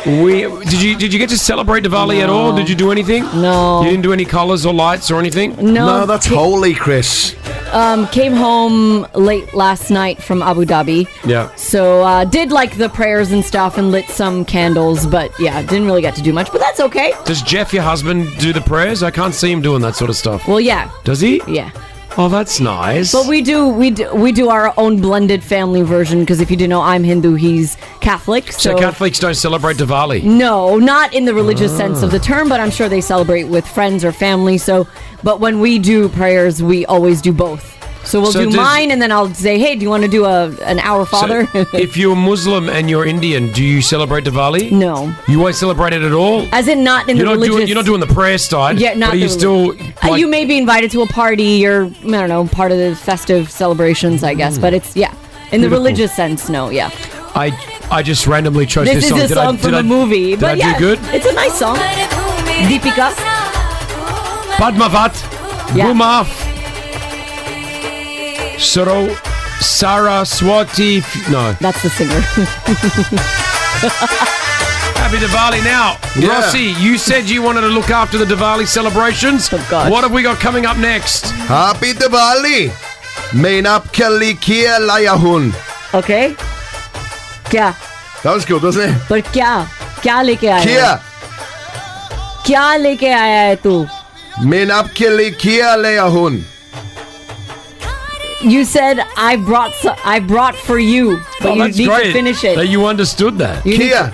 E: We did you did you get to celebrate Diwali at all?
F: No.
E: Did you do anything?
F: No.
E: You didn't do any colors or lights or anything?
F: No. No, that's Ki- holy,
E: Chris.
F: Um, came home late last night from Abu Dhabi.
E: Yeah.
F: So uh, did like the prayers and stuff and lit some candles, but yeah, didn't really get to do much. But that's okay.
E: Does Jeff, your husband, do the prayers? I can't see him doing that sort of stuff.
F: Well, yeah,
E: Does he?
F: yeah.
E: Oh, that's nice.
F: But we do we do, we do our own blended family version because if you didn't know, I'm Hindu, he's Catholic.
E: so,
F: So,
E: Catholics don't celebrate Diwali.
F: no, not in the religious
E: Ah.
F: sense of the term, but I'm sure they celebrate with friends or family. So, but when we do prayers, we always do both. So we'll
E: So
F: do
E: does-
F: mine, and then I'll say, "Hey, do you want to do a an Our Father?"
E: So, if you're Muslim and you're Indian, do you celebrate Diwali?
F: No.
E: You won't celebrate it at all?
F: As in, not in
E: you're
F: the
E: not
F: religious.
E: doing you're not doing the prayer side.
F: Yeah, not
E: but are you
F: the-
E: still
F: Uh,
E: like,
F: you may be invited to a party or I don't know, part of the festive celebrations, I guess. But it's yeah, in the
E: Beautiful.
F: religious sense, no, yeah.
E: I I just randomly chose
F: This is
E: this, song.
F: a
E: Did I-
F: song
E: did
F: from
E: I-
F: a movie,
E: Did
F: but
E: I
F: yeah,
E: do good?
F: it's a nice song. Deepika,
E: Padmavat,
F: Yeah.
E: Gumaf, Saro, Saraswati. f- No.
F: That's the singer.
E: Happy Diwali now.
B: Yeah.
E: Rossi, you said you wanted to look after the Diwali celebrations. Oh, God. What have we got coming up next?
B: Happy Diwali! Main up Kelly Kia Laya Hun.
F: Okay. Kya?
B: That was good, wasn't it?
F: पर क्या क्या लेके आया
B: Kia!
F: क्या लेके आया है तू
B: Main up Kelly Kia Laya Hun.
F: You said I brought so- I brought for you, but
E: Oh,
F: you
E: that's
F: need
E: great
F: to finish it.
E: That you understood that.
F: You need to-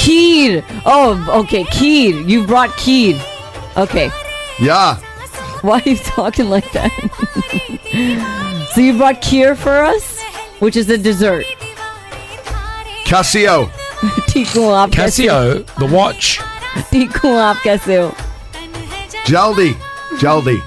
F: Kheer. Oh, okay. Kheer. You brought kheer. Okay.
B: Yeah.
F: Why are you talking like that? so you brought kheer for us, which is a dessert.
B: Casio.
F: ठीक हूँ आप कैसे हो?
E: Casio, the watch.
F: ठीक हूँ आप कैसे हो?
B: Jaldi. Jaldi.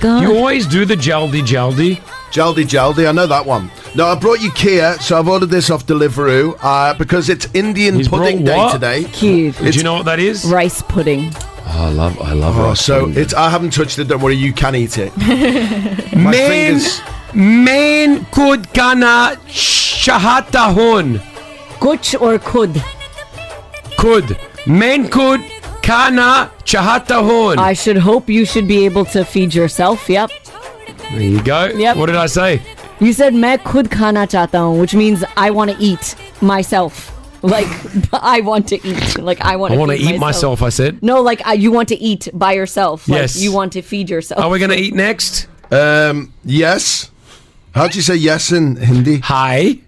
F: God.
E: You always do the Jaldi Jaldi.
B: Jaldi Jaldi, I know that one. No, I brought you Kia, so I've ordered this off Deliveroo uh, because it's Indian
E: He's
B: pudding
E: brought
B: day
E: what?
B: today.
F: Cute.
E: Do you know what that is?
F: Rice pudding.
E: I love, I love
B: oh, So it's, I haven't touched it. Don't worry, you can eat it. My
E: Men,
B: fingers.
E: men could kana shahata hun.
F: Kuch or kud?
E: Could. Men could kana chahata hun.
F: I should hope you should be able to feed yourself. Yep.
E: There you go.
F: Yep.
E: What did I say?
F: You said मैं खुद खाना चाहता हूँ, which means I want to eat myself. Like I want to eat. Like I want.
E: I want to eat myself, I said.
F: No, like uh, you want to eat by yourself. Like,
E: Yes.
F: You want to feed yourself.
E: Are we going to eat next?
B: Um, yes. How'd you say yes in Hindi?
E: Hi.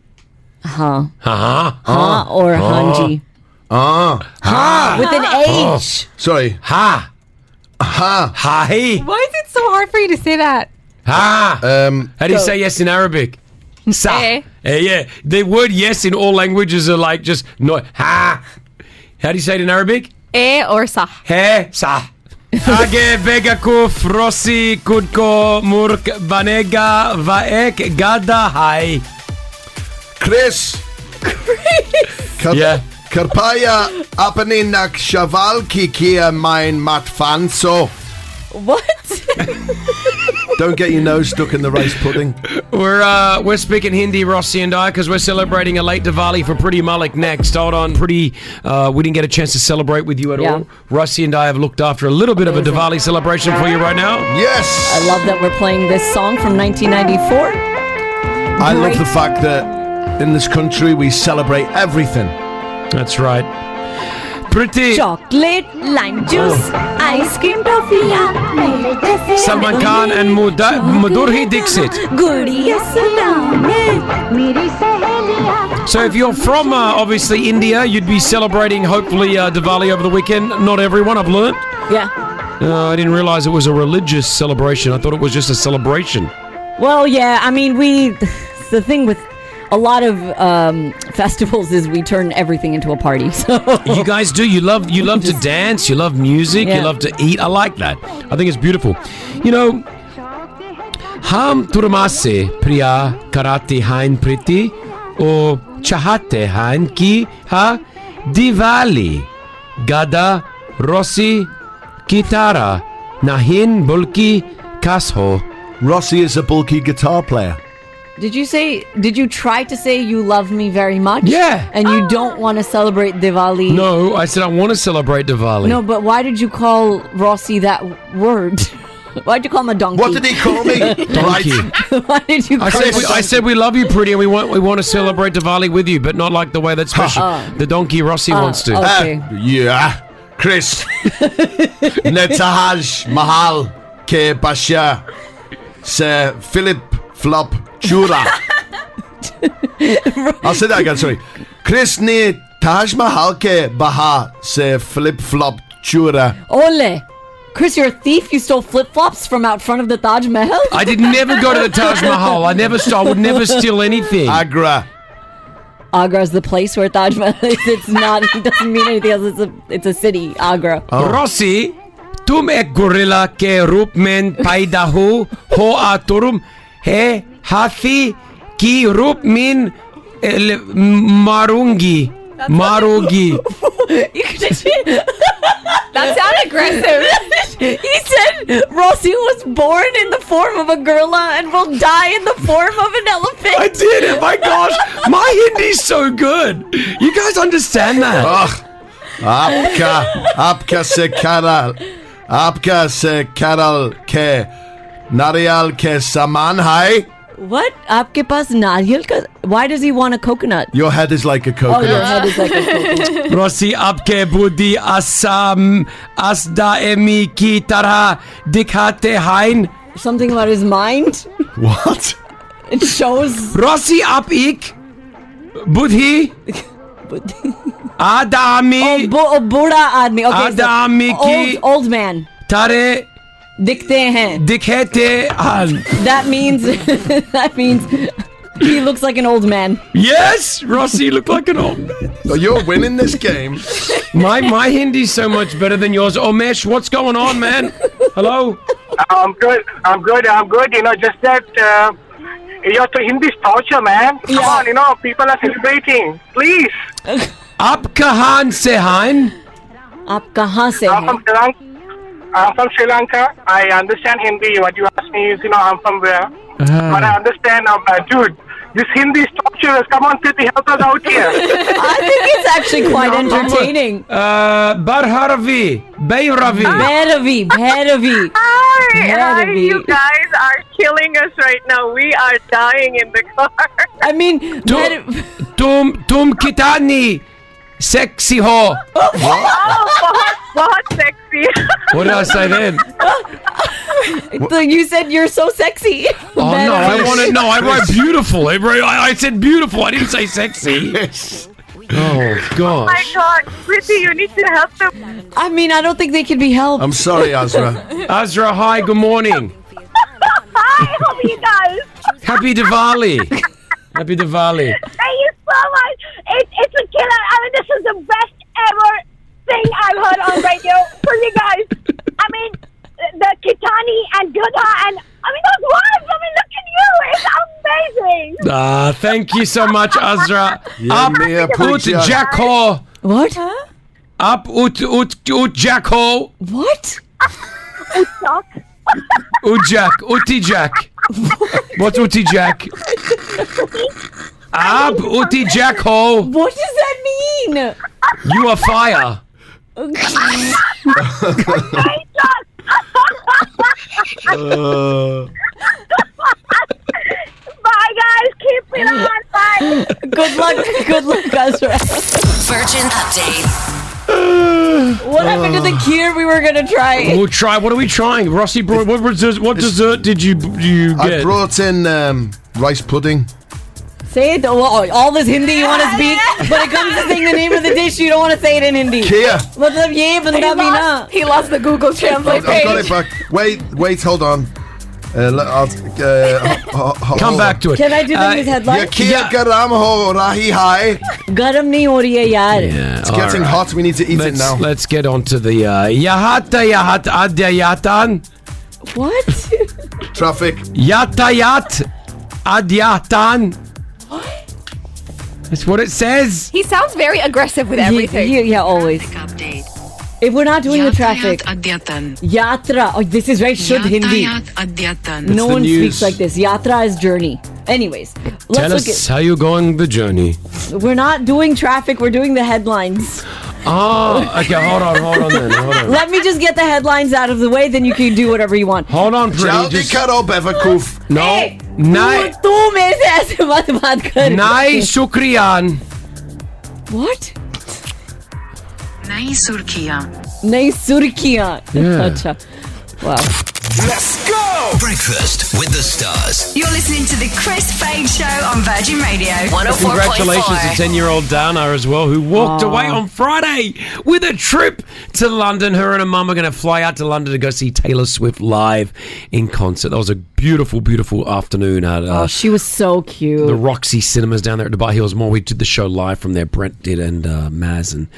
F: Huh.
E: Ha
F: Ha or hanji.
B: Ah. Ha.
F: With an
B: Oh,
F: H.
B: Sorry.
E: Ha.
B: Ha.
E: Hi.
I: Why is it so hard for you to say that?
E: Ha.
B: Um,
E: How do you
I: So-
E: say yes in Arabic? Sa.
I: Eh.
E: Eh, yeah. The word yes in all languages are like just no. Ha. How do you say it in Arabic?
I: Eh or sa?
E: He. Sa. Age Vegakuf Rossi Kudko Murk Banega Vaek Gada Hai.
B: Chris. Kar- Karpaya Apaninak Shavalki Kia Mein Matfanso.
F: What?
B: Don't get your nose stuck in the rice pudding.
E: We're uh, we're speaking Hindi, Rossi and I, because we're celebrating a late Diwali for Pretty Malik next. Hold on, Pretty. Uh, we didn't get a chance to celebrate with you at
F: Yeah.
E: all. Rossi and I have looked after a little bit of a Diwali celebration for you right now.
B: Yes.
F: I love that we're playing this song from 1994.
B: I love the fact that in this country we celebrate everything.
E: That's right. Pretty.
F: Chocolate, lime juice,
E: Oh.
F: ice cream, toffee,
E: Salman Khan and Muda- Madhuri Dixit. So if you're from uh, obviously India, you'd be celebrating hopefully uh, Diwali over the weekend. Not everyone, I've learnt.
F: Yeah.
E: Uh, I didn't realize it was a religious celebration. I thought it was just a celebration.
F: Well, yeah. I mean, we. The thing with a lot of um, festivals is we turn everything into a party. So
E: you guys do. You love you love to dance. You love music.
F: Yeah.
E: You love to eat. I like that. I think it's beautiful. You know, ham turmase priya karate hain priti or chahate hain ki ha Diwali gada rossi kitara nahin bulki kasho.
B: Rossi is a bulky guitar player.
F: did you say? Did you try to say you love me very much?
E: Yeah.
F: And you don't want to celebrate Diwali.
E: No, I said I want to celebrate Diwali.
F: No, but why did you call Rossi that word? Why'd you call him a donkey? What did
B: he call me?
E: Donkey.
F: why did you? Call
E: I
F: him a
E: said, we, I said we love you, pretty, and we want we want to celebrate Diwali with you, but not like the way that's special.
F: Oh.
E: The donkey Rossi
B: Ah,
F: Oh,
E: wants to.
F: okay.
B: Yeah. Chris. Netahaj Mahal K. Basha. Sir Philip Flop Chura. I'll say that again, sorry. Chris ne Taj Mahal K. Baha Sir Philip Flop Chura.
F: Ole, Chris, you're a thief. You stole flip flops from out front of the Taj Mahal.
E: I did never go to the Taj Mahal. I never stole. I would never steal anything.
B: Agra.
F: Agra's the place where Taj Mahal is. It's not. It doesn't mean anything else. It's a. It's a city. Agra.
E: Oh.
B: Ah.
E: Rossi, तुम एक gorilla के रूप में पैदा हो हो आ तुम है हाथी की रूप में एल- मारूंगी मारोगी
I: That sounded aggressive.
F: he said Rossi was born in the form of a gorilla and will die in the form of an elephant.
E: I did it! My gosh, my Hindi's so good. You guys understand that?
B: Ugh. Apka, apka se karal, apka se karal ke, narial ke saman hai.
F: What? Aapke paas nariyal ka? Why does he want a coconut?
B: Your head is like a
F: Oh, your
B: coconut.
F: head is like a coconut.
E: Rosie आपके बुद्धि असम असदाएमी की तरह दिखाते हैं
F: Something about his mind.
B: What?
F: It shows.
E: Rosie आप एक बुद्धि आदामी
F: Oh, bu- oh booda aadmi. Okay, so
E: Adami ki-
F: old, old man.
E: तारे
F: Dikhte hain.
E: दिखते हैं
F: That means. that means. He looks like an old man.
E: Yes, Rossi, you look like an old man.
B: You're winning this game.
E: My my Hindi's so much better than yours. Omesh, what's going on, man? Hello?
Q: I'm good. I'm good. I'm good. You know, just that uh, your Hindi's torture, man. Come on, you know, people are celebrating. Please.
E: आप कहाँ से हैं?
F: आप कहाँ से
Q: I'm from Sri Lanka. I'm from Sri Lanka. I understand Hindi. What you asked me is, you know, I'm from where.
E: Uh-huh.
Q: But I understand, um, uh, dude. This Hindi is torturous. Come on, Priti, help us out here.
F: I think it's actually quite entertaining. Ah.
E: Uh, Barharavi, Bayravi.
F: Bhairavi, Bhairavi.
M: Hi,
F: Bhairavi.
M: you guys are killing us right now. We are dying in the car.
F: I mean,
E: तुम तुम तुम कितनी sexy हो
M: oh, बहुत बहुत sexy.
E: What did I say then?
F: So you said you're so sexy.
E: Oh no, I
F: Bhairavi.
E: wanted no. I wrote beautiful. I, wrote, I, I said beautiful. I didn't say sexy. Oh
M: Oh
E: god.
M: my God, Priti, you need to help them.
F: I mean, I don't think they can be helped.
B: I'm sorry, Azra.
E: Azra, hi. Good morning.
M: Hi, how are you guys?
E: Happy Diwali. Happy Diwali.
R: Thank you so much. It, it's a killer. I mean, this is the best ever thing I've heard on radio for you guys. I mean, the Kitani and Gudha and I mean those wives. I mean, look at you. It's amazing.
E: Ah, thank you so much, Azra.
R: Yeah,
E: up
R: Mia,
E: ut
R: appreciate it.
E: jackal.
F: What?
E: Up ut ut ut jackal.
F: What?
E: Ut jack. Uti jack. What's uti jack? Up uti jackal.
F: What does that mean?
E: You are fire.
R: Bye, guys. Keep it on. Bye.
F: Good luck. Good luck, Ezra.
C: Virgin update.
F: What happened to the cure we were gonna try?
E: We'll try. What are we trying? Rossi brought what dessert? What dessert did you you
B: I brought in um, rice pudding.
F: Say it. All, all this Hindi you want to speak, but it comes to saying the name of the dish, you don't want to say it in Hindi.
B: Kheer.
F: Matlab ye banda bina.
I: He lost the Google Translate
B: I've, I've got it
I: page.
B: back. Wait, wait, hold on. Uh, let- I'll, uh, ho- ho-
E: Come
B: hold
E: back
B: on.
E: to it. Can I do the Uh, news headline?
B: Yeah, Kheer
E: Yeah.
B: garam ho rahi hai.
F: Garam nahi ho rahi hai yaar.
E: Yeah,
B: It's getting hot. We need to eat
E: let's,
B: it now.
E: Let's get on to the uh, Yahata Yahat Adya Yatan.
F: What?
B: Traffic.
E: Yata Yat Adyatan. What? That's what it says.
I: He sounds very aggressive with everything.
F: Yeah, yeah, always. If we're not doing the traffic, yatra. Oh, this is right. Should Hindi.
E: It's
F: No
E: the
F: one
E: news.
F: speaks like this. Yatra is journey. Anyways,
E: Tell
F: let's
E: us how you're going the journey.
F: look at. We're not doing traffic. We're doing the headlines.
E: Oh, okay. Hold on, hold on then. Hold on.
F: Let me just get the headlines out of the way, then you can do whatever you want.
E: Hold on, pretty.
B: Jaldi
E: oh.
B: karo bevakuf.
E: No. Nai.
F: तू मेरे से ऐसे मत बात कर
E: Nai Shukriyan.
F: What? नई सुर्खियां नई सुर्खियां
A: Yeah.
F: अच्छा wow
A: Let's go! Breakfast with the stars.
L: You're listening to the Chris Fade Show on Virgin Radio.
C: oh
E: Congratulations to 10 year old Dana as well, who walked
L: Aw.
E: away
F: Oh.
E: on Friday with a trip to London. Her and her mum are going to fly out to London to go see Taylor Swift live in concert. That was a beautiful, beautiful afternoon at uh,
F: oh she was so cute
E: the Roxy Cinemas down there at Dubai Hills Mall. We did the show live from there, Brent did, and uh, Maz, and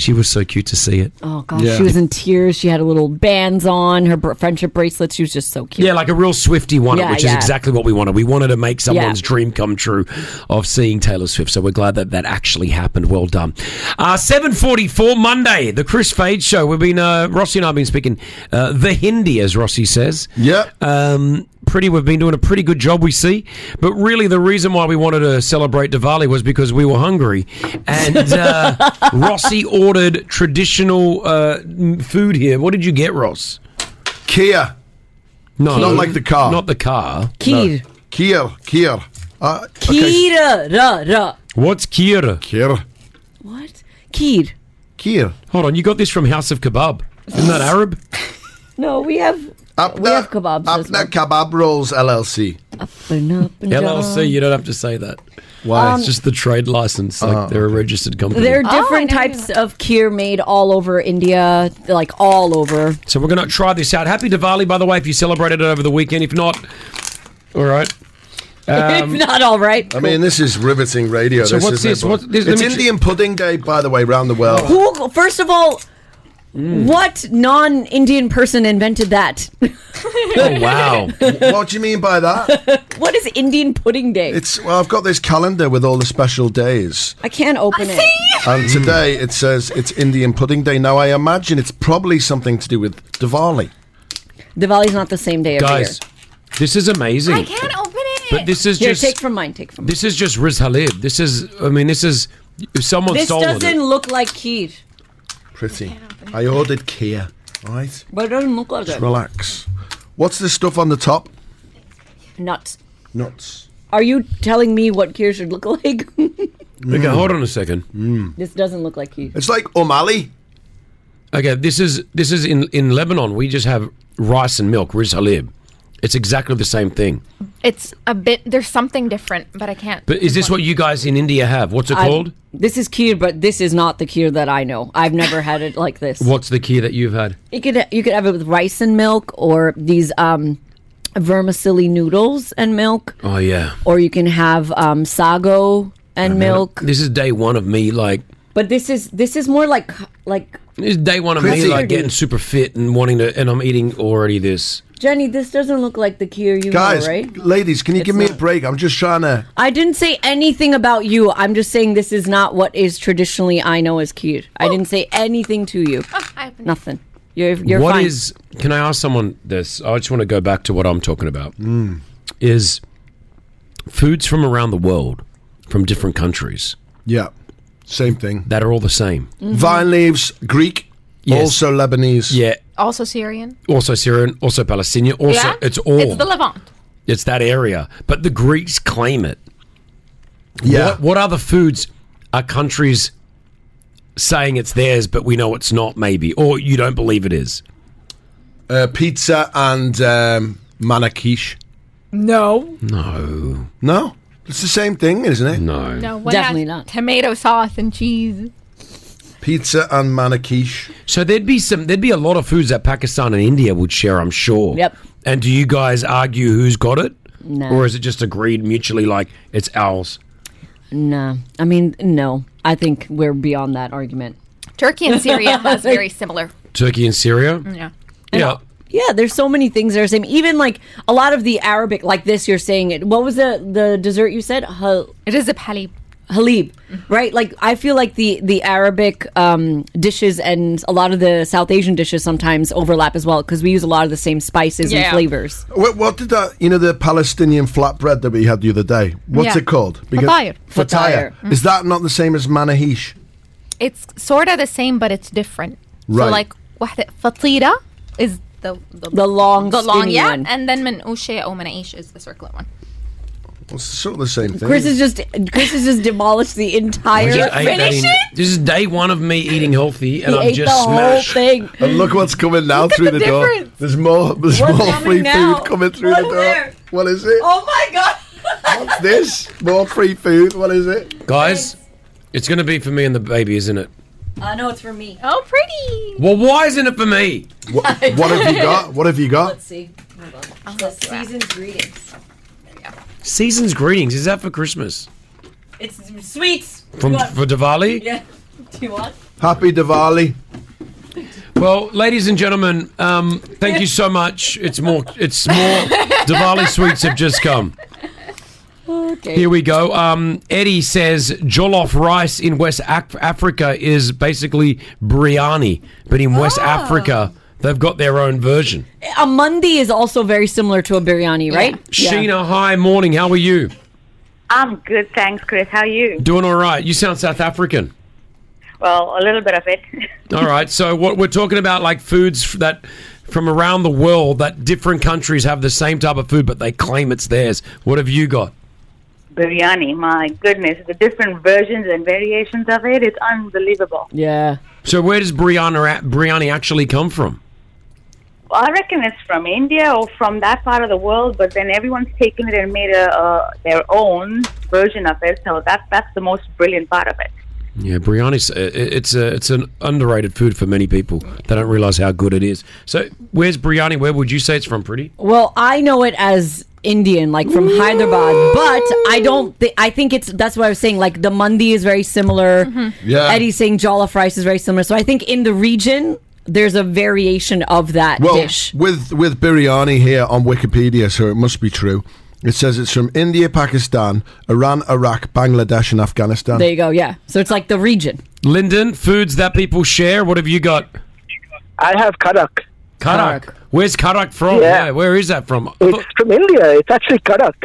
E: she was so cute to see it.
F: oh gosh she was in tears she had little bands on her br- friendship bracelet she was just so cute
E: Yeah, like a real Swifty wanted,
F: Yeah,
E: which is
F: yeah.
E: exactly what we wanted. We wanted to make someone's
F: Yeah.
E: dream come true of seeing Taylor Swift. So we're glad that that actually happened. Well done. Uh, 7.44 Monday, the Chris Fade Show. We've been, uh, Rossi and I have been speaking uh, the Hindi, as Rossi says.
B: Yep.
E: Um, pretty, we've been doing a pretty good job, we see. But really, the reason why we wanted to celebrate Diwali was because we were hungry. And uh, Rossi ordered traditional uh, m- food here. What did you get, Ross?
B: Kia.
E: No.
B: Not like the car.
E: Not the car.
F: Kheer.
B: Kheer. Kheer. Uh, okay.
F: Kira ra ra
E: What's Kira?
B: Kira.
F: what Kir
B: Kira.
E: Hold on, you got this from House of Kebab. Isn't that Arab?
F: no we have we have kebabs as well.
B: Apna Kebab Rolls LLC.
E: LLC, you don't have to say that.
F: Um,
B: Why? Ah,
E: it's just the trade license. Like they're a registered company.
F: there are different types of kheer made all over India, like all over.
E: so we're going to try this out. Happy Diwali, by the way, if you celebrated it over the weekend. If not, all right. Um,
F: if not, all right.
B: I mean, this is riveting radio.
E: So
B: this
E: what's
B: isn't
E: this?
B: It, bud?
E: What- this- let
B: it's
E: me ch-
B: Indian Pudding Day, by the way, round the world.
F: Who, first of all,
E: Hmm.
F: what non Indian person invented that?
E: Oh, wow.
B: what do you mean by that?
F: what is Indian Pudding Day?
B: It's well, I've got this calendar with all the special days,
F: I can't open it.
B: and
E: Hmm.
B: today it says it's Indian Pudding Day. Now, I imagine it's probably something to do with Diwali.
F: Diwali's not the same day every
E: Guys, this is amazing.
I: I can't open it.
E: But this
F: year.
E: is
F: Here,
E: just
F: take from mine. Take from
E: this is just Riz Halib. This is I mean this is someone
F: mine. This
E: stole
F: doesn't
E: it.
F: look like kheer.
B: Pretty. I ordered Kia. All right,
F: But it doesn't look like
B: just
F: it.
B: relax. What's this stuff on the top?
F: Nuts.
B: Nuts.
F: Are you telling me what kheer should look like?
E: Okay, hold on a second.
F: this doesn't look like kheer.
B: Mm. It's like Omali.
E: Okay, this is this is in in Lebanon. We just have rice and milk, riz halib. It's exactly the same thing.
I: It's a bit. There's something different, but I can't.
E: But is this what you guys in India have? What's it
F: I-
E: called?
F: This is kheer, but this is not the kheer that I know. I've never had it like this.
E: What's the key that you've had?
F: You could you could have it with rice and milk, or these um, vermicelli noodles and milk,
E: Oh yeah, Uh-huh.
F: or you can have um, sago and milk.
E: This is day one of me like.
F: But this is this is more like like
E: This is day one of me
F: Chrissy.
E: like getting super fit and wanting to, and I'm eating already this.
F: Jenny. This doesn't look like the Kia you
B: Guys,
F: know, right?
B: ladies, can you give me a break? I'm just trying to.
F: I didn't say anything about you. I'm just saying this is not what is traditionally I know as Kir. I didn't say anything to you.
I: Oh,
F: Nothing. You're
E: What
F: you're
E: is?
F: fine.
E: Can I ask someone this? I just want to go back to what I'm talking about.
B: Mm.
E: Is foods from around the world, from different countries.
B: Yeah, same thing. Mm-hmm.
E: That are all the same.
I: Mhm.
B: Vine leaves, Greek,
E: Yes.
B: also Lebanese.
E: Yeah,
I: Also Syrian.
E: also Syrian, also Palestinian, also
I: yeah?
E: it's all
I: It's the Levant.
E: It's that area, but the Greeks claim it.
B: Yeah.
E: What, what other foods are countries saying it's theirs, but we know it's not? Maybe, or you don't believe it is.
B: Uh, pizza and um, manakish.
I: No.
E: No.
B: No? It's the same thing, isn't it?
E: No.
I: No, one has Tomato sauce and cheese.
B: Pizza and manakish.
E: So there'd be some. There'd be a lot of foods that Pakistan and India would share. I'm sure.
F: Yep.
E: And do you guys argue who's got it,
F: No.
E: or is it just agreed mutually? Like it's ours.
F: Nah. I mean, no. I think we're beyond that argument.
I: Turkey and Syria has very similar.
E: Turkey and Syria.
I: Yeah.
E: Yeah.
F: Yeah, there's so many things that are the same. Even like a lot of the Arabic, like this, you're saying it. What was the the dessert you said? Hal-
I: it is a halib.
F: Halib, right? Like I feel like the the Arabic um, dishes and a lot of the South Asian dishes sometimes overlap as well because we use a lot of the same spices and
B: Yeah.
F: flavors.
B: What, what did that? You know the Palestinian flatbread that we had the other day. What's
I: Yeah.
B: it called?
I: Fatayr.
B: Fatayr.
I: Fatayr.
B: Is that not the same as manahish?
I: It's sort of the same, but it's different. So
B: Right.
I: like واحدة- fatira is the the,
F: The long,
I: the long
F: skinny
I: yeah,
F: one.
I: and then manouche or manaish is the circular one.
B: Well, it's sort of the same thing.
F: Chris has just Chris has just demolished the entire.
E: I just ate that in- This is day one of me eating healthy, and I'm just smashed.
F: thing.
B: And look what's coming now
E: Look at
B: through
E: the
B: the, door.
E: difference.
B: There's more. There's
E: What's
B: more
E: coming
B: free
E: now?
B: food coming through the
E: What's
B: door.
E: there?
B: What is it?
F: Oh my god!
B: What's this? More free food. What is it?
E: Guys, it's going to be for me and the baby, isn't it?
F: I know uh, it's for me.
I: Oh, pretty.
E: Well, why isn't it for me?
B: What, what have you got? What have you got?
F: Let's see. Hold
I: Oh,
F: on. The season's greetings.
E: Season's greetings. Is that for Christmas?
F: It's sweets.
E: From
F: You want-
E: for Diwali?
F: Yeah. Do you want?
B: Happy Diwali.
E: Well, ladies and gentlemen, um, thank you so much. It's more. It's more. Diwali sweets have just come.
F: Okay.
E: Here we go. Um, Eddie says jollof rice in West Af- Africa is basically biryani, but in West
F: Ah.
E: Africa they've got their own version.
F: A mundi is also very similar to a biryani, right?
E: Sheena, hi, morning. How are you?
S: I'm good, thanks, Chris. How are you?
E: Doing all right. You sound South African.
S: Well, a little bit of it.
E: All right. So what we're talking about, like foods f- that from around the world that different countries have the same type of food, but they claim it's theirs. What have you got?
S: Biryani, my goodness, the different versions and variations of it, it's unbelievable.
F: Yeah.
E: So where does biryani a- biryani actually come from?
S: Well, I reckon it's from India or from that part of the world, but then everyone's taken it and made a, uh, their own version of it. So that that's the most brilliant part of it.
E: Yeah, biryani. It's a it's an underrated food for many people. They don't realize how good it is. So where's biryani? Where would you say it's from? Pretty.
F: Well, I know it as Indian, like from Hyderabad, but I don't. Th- I think it's that's what I was saying. Like the mundi is very similar.
B: Yeah.
F: Eddie's saying jollof rice is very similar. So I think in the region there's a variation of that
B: Well,
F: dish.
B: with with biryani here on Wikipedia, so it must be true. It says it's from India, Pakistan, Iran, Iraq, Bangladesh, and Afghanistan.
F: There you go. Yeah. So it's like the region.
E: Lyndon, foods that people share. What have you got?
T: I have karak.
E: Karak. Where's karak from?
T: Yeah.
E: yeah. Where is that from?
T: It's from India. It's actually karak.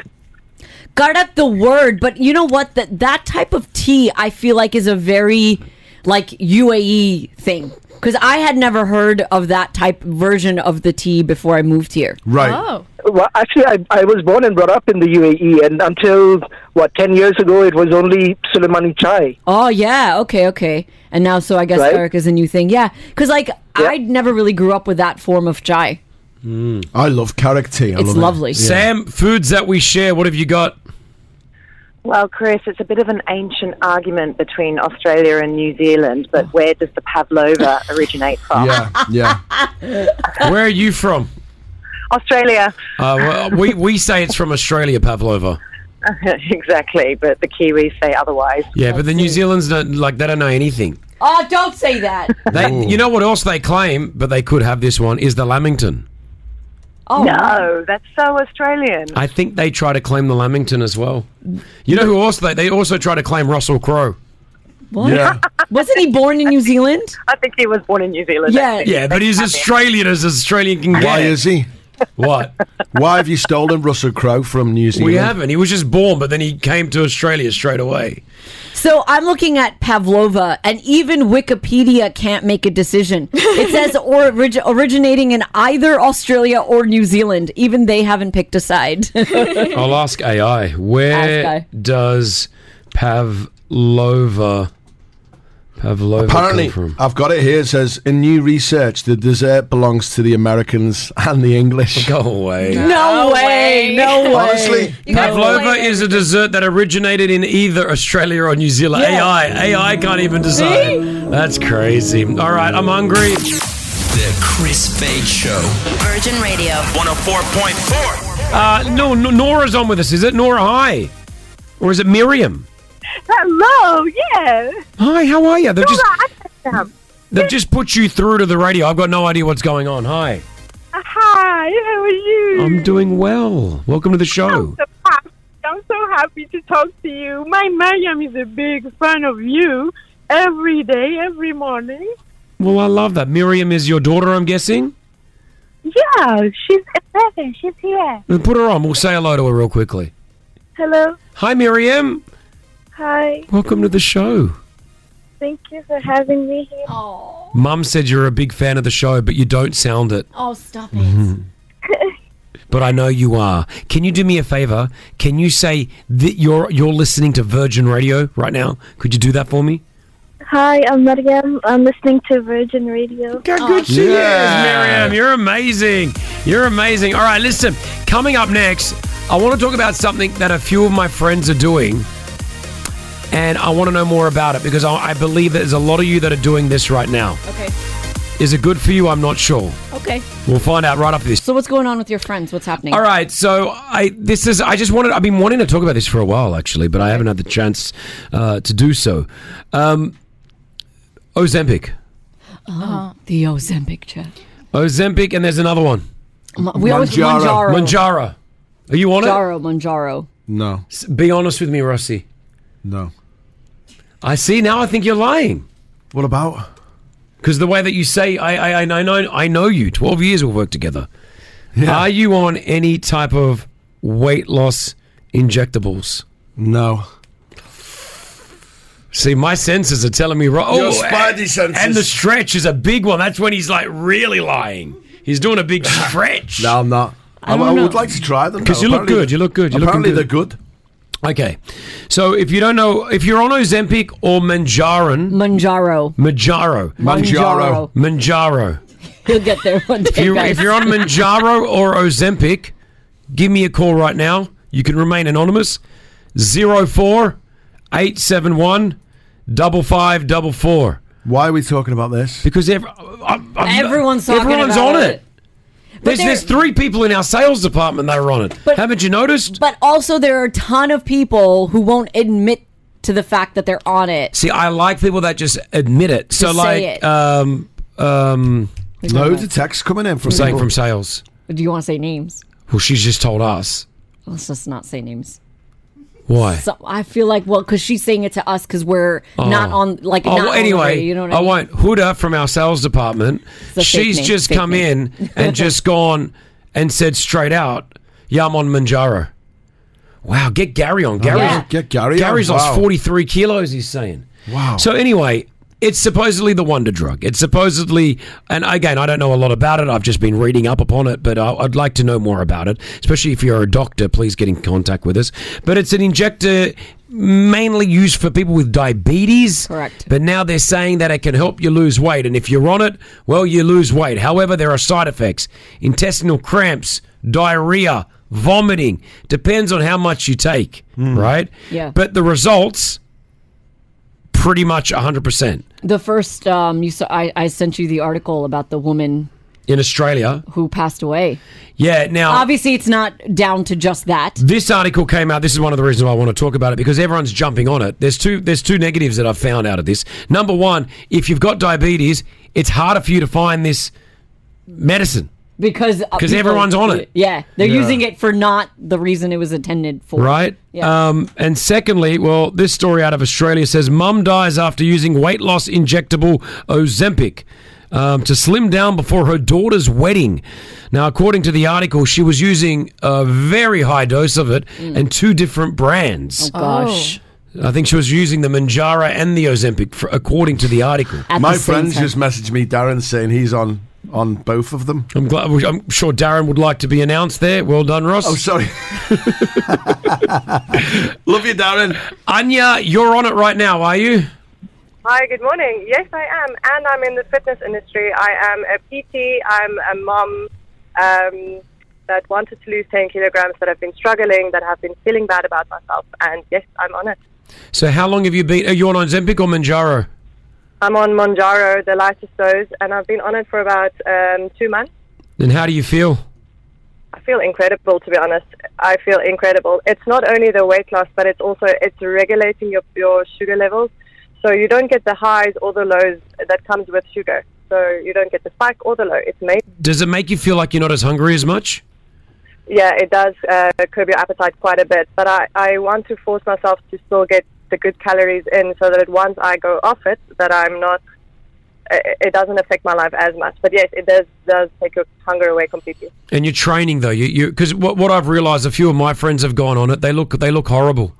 F: Gardak the word, but you know what? That that type of tea, I feel like, is a very like UAE thing. Because I had never heard of that type version of the tea before I moved here. Oh.
T: Well, actually, I, I was born and brought up in the UAE, and until what ten years ago, it was only Suleimani chai.
F: Oh yeah, okay, okay. And now, so I guess
T: Right?
F: Eric is a new thing. Yeah, because like I never really grew up with that form of chai.
B: Mm. I love carrot tea. I
F: It's
B: love
F: lovely.
B: It.
E: Sam, foods that we share. What have you got?
U: Well, Chris, it's a bit of an ancient argument between Australia and New Zealand, but where does the pavlova originate from?
E: Yeah, yeah. Where are you from?
U: Australia.
E: Uh, well, we we say it's from Australia, Pavlova.
U: exactly, but the Kiwis say otherwise.
E: Yeah, but the New Zealanders don't like they don't know anything.
F: Oh, don't say that.
E: They, you know what else they claim, but they could have this one is the Lamington.
U: Oh no, that's so Australian.
E: I think they try to claim the Lamington as well. You know who also they, they also try to claim Russell Crowe.
F: What?
E: Yeah.
F: Wasn't he born in New Zealand?
U: I think he was born in New Zealand.
F: Yeah.
E: Yeah, but he's Australian as Australian can get.
B: Why
E: it.
B: is he?
E: What?
B: Why have you stolen Russell Crowe from New Zealand?
E: We haven't. He was just born, but then he came to Australia straight away.
F: So I'm looking at Pavlova, and even Wikipedia can't make a decision. It says or orig- originating in either Australia or New Zealand. Even they haven't picked a side.
E: I'll ask AI. Where
F: Ask
E: does Pavlova Pavlova
B: Apparently,
E: come from?
B: I've got it here. It says in new research, the dessert belongs to the Americans and the English.
E: Go away.
F: No way. No way.
B: Honestly,
E: Pavlova is a dessert that originated in either Australia or New Zealand.
A: Yeah.
E: AI, AI can't even decide. That's crazy. All right, I'm hungry.
A: The Chris Fade Show.
L: Virgin Radio.
A: 104.4.
E: Uh, no, no, Nora's on with us. Is it Nora? Hi, or is it Miriam?
R: Hello, yeah. Um,
E: Hi, how are you? They've just
R: Nora, I am.
E: they've just put you through to the radio. I've got no idea what's going on. Hi,
R: Hi, how are you?
E: I'm doing well. Welcome to the show.
R: so happy. I'm so happy to talk to you. My Mariam is a big fan of you every day, every morning.
E: Well, I love that. Miriam is your daughter, I'm guessing.
R: Yeah, she's 11. She's here.
E: Then Put her on. We'll say hello to her real quickly.
R: Hello.
E: Hi, Miriam.
R: Hi.
E: Welcome to the show.
R: Thank you for having me here.
E: Mum said you're a big fan of the show, but you don't sound it.
F: Oh, stop
E: but I know you are. Can you do me a favor? Can you say that you're you're listening to Virgin Radio right now? Could you do that for me?
R: Hi, I'm Mariam. I'm listening to Virgin Radio.
F: Oh,
E: good she is, Miriam. You're amazing. You're amazing. All right, listen. Coming up next, I want to talk about something that a few of my friends are doing, and I want to know more about it because I, I believe that there's a lot of you that are doing this right now.
F: Okay.
E: Is it good for you? I'm not sure.
F: Okay.
E: We'll find out right after this.
F: So what's going on with your friends? What's happening?
E: All right, so I this is I just wanted I've been wanting to talk about this for a while actually, but I haven't had the chance uh, to do so. Um, Ozempic,
F: Oh, the Ozempic chat.
E: Ozempic, and there's another one.
F: We always Manjaro.
E: Manjaro. Are you on
F: Manjaro. Manjaro.
E: it? No. Be honest with me, Rossi.
B: No.
E: I see. Now I think you're lying.
B: What about?
E: Because the way that you say, I, I, I know, I know you. Twelve years we've worked together. Are you on any type of weight loss injectables?
B: No.
E: See, my senses are telling me wrong.
B: Your
E: Oh,
B: spidey
E: and-
B: senses.
E: And the stretch is a big one. That's when he's like really lying. He's doing a big stretch.
B: No, I'm not. I,
E: I don't
B: I
E: know.
B: would like to try them though.
E: Because you look
B: Apparently-
E: good. You look good. You're
B: apparently
E: looking
B: they're good.
E: Okay. So if you don't know, if you're on Ozempic or Manjarin.
F: Manjaro.
E: Manjaro.
F: Manjaro.
E: Manjaro.
F: He'll get there one day.
E: If, you,
F: guys.
E: if you're on Manjaro or Ozempic, give me a call right now. You can remain anonymous. 04871 5544.
B: Why are we talking about this?
E: Because every, I'm- I'm-
F: Everyone's talking
E: everyone's
F: about
E: on
F: it.
E: it. There's,
F: they're-
E: there's three people in our sales department that are on it. Haven't you noticed?
F: But also, there are a ton of people who won't admit to the fact that they're on it.
E: See, I like people that just admit it. So,
F: Just
E: like,
F: say it.
E: um, um,
F: Loads of
B: texts coming in
E: from saying
F: people.
E: from sales.
F: Do you want to say names?
E: Well, she's just told us
F: Let's just not say names.
E: why.
F: So I feel like well, because she's saying it to us because we're
E: Oh.
F: not on like
E: oh,
F: not
E: well,
F: on the
E: anyway,
F: radio, you know what I, mean?
E: won't. Huda from our sales department,
F: a fake
E: she's
F: name,
E: just
F: fake
E: come
F: name.
E: in and just gone and said straight out, "Yeah, I'm on Manjaro." Wow, get Gary on. Gary,
B: yeah. Get Gary on,
E: Gary's lost
B: wow.
E: 43 kilos. He's saying.
B: Wow.
E: So anyway, it's supposedly the wonder drug. It's supposedly, and again, I don't know a lot about it. I've just been reading up upon it, but I- I'd like to know more about it. Especially if you're a doctor, please get in contact with us. But it's an injector mainly used for people with diabetes. Correct. But now they're saying that it can help you lose weight, and if you're on it, well, you lose weight. However, there are side effects: intestinal cramps, diarrhea, vomiting. Depends on how much you take, right?
F: Yeah.
E: But the results pretty much 100%.
F: The first um, you saw, I, I sent you the article about the woman
E: in Australia.
F: who passed away.
E: Yeah, now.
F: Obviously, it's not down to just that.
E: This article came out. This is one of the reasons why I want to talk about it because everyone's jumping on it. There's two. There's two negatives that I've found out of this. Number one, if you've got diabetes, it's harder for you to find this medicine.
F: Because uh,
E: 'Cause
F: people-
E: everyone's on it.
F: Yeah, they're
E: Yeah.
F: using it for not the reason it was intended for.
E: Right?
F: Yeah.
E: Um, and secondly, well, this story out of Australia says mum dies after using weight loss injectable Ozempic um, to slim down before her daughter's wedding. Now, according to the article, she was using a very high dose of it and two different
F: Mm.
E: brands.
F: Oh, gosh.
E: I think she was using the Manjara and the Ozempic, for, according to the article.
B: My friends just messaged me, Darren, saying he's on on both of them.
E: I'm glad. I'm sure Darren would like to be announced there. Well done, Ross.
B: Oh, sorry.
E: Love you, Darren. Anya, you're on it right now, are you?
U: Hi, good morning. Yes, I am, and I'm in the fitness industry. I am a PT. I'm a mom um, that wanted to lose 10 kilograms, that have been struggling, that have been feeling bad about myself, and yes, I'm on it.
E: So, how long have you been? Are you on Ozempic or Manjaro?
U: I'm on Monjaro, the lightest dose, and I've been on it for about um, two months.
E: And how do you feel?
U: I feel incredible, to be honest. I feel incredible. It's not only the weight loss, but it's also it's regulating your, your sugar levels, so you don't get the highs or the lows that comes with sugar. So you don't get the spike or the low. It's made.
E: Does it make you feel like you're not as hungry as much?
U: Yeah, it does uh, curb your appetite quite a bit, but I, I want to force myself to still get the good calories in so that once I go off it, that I'm not, it, it doesn't affect my life as much. But yes, it does, does take your hunger away completely.
E: And you're training though. You you because what, what I've realised, a few of my friends have gone on it. They look they look horrible.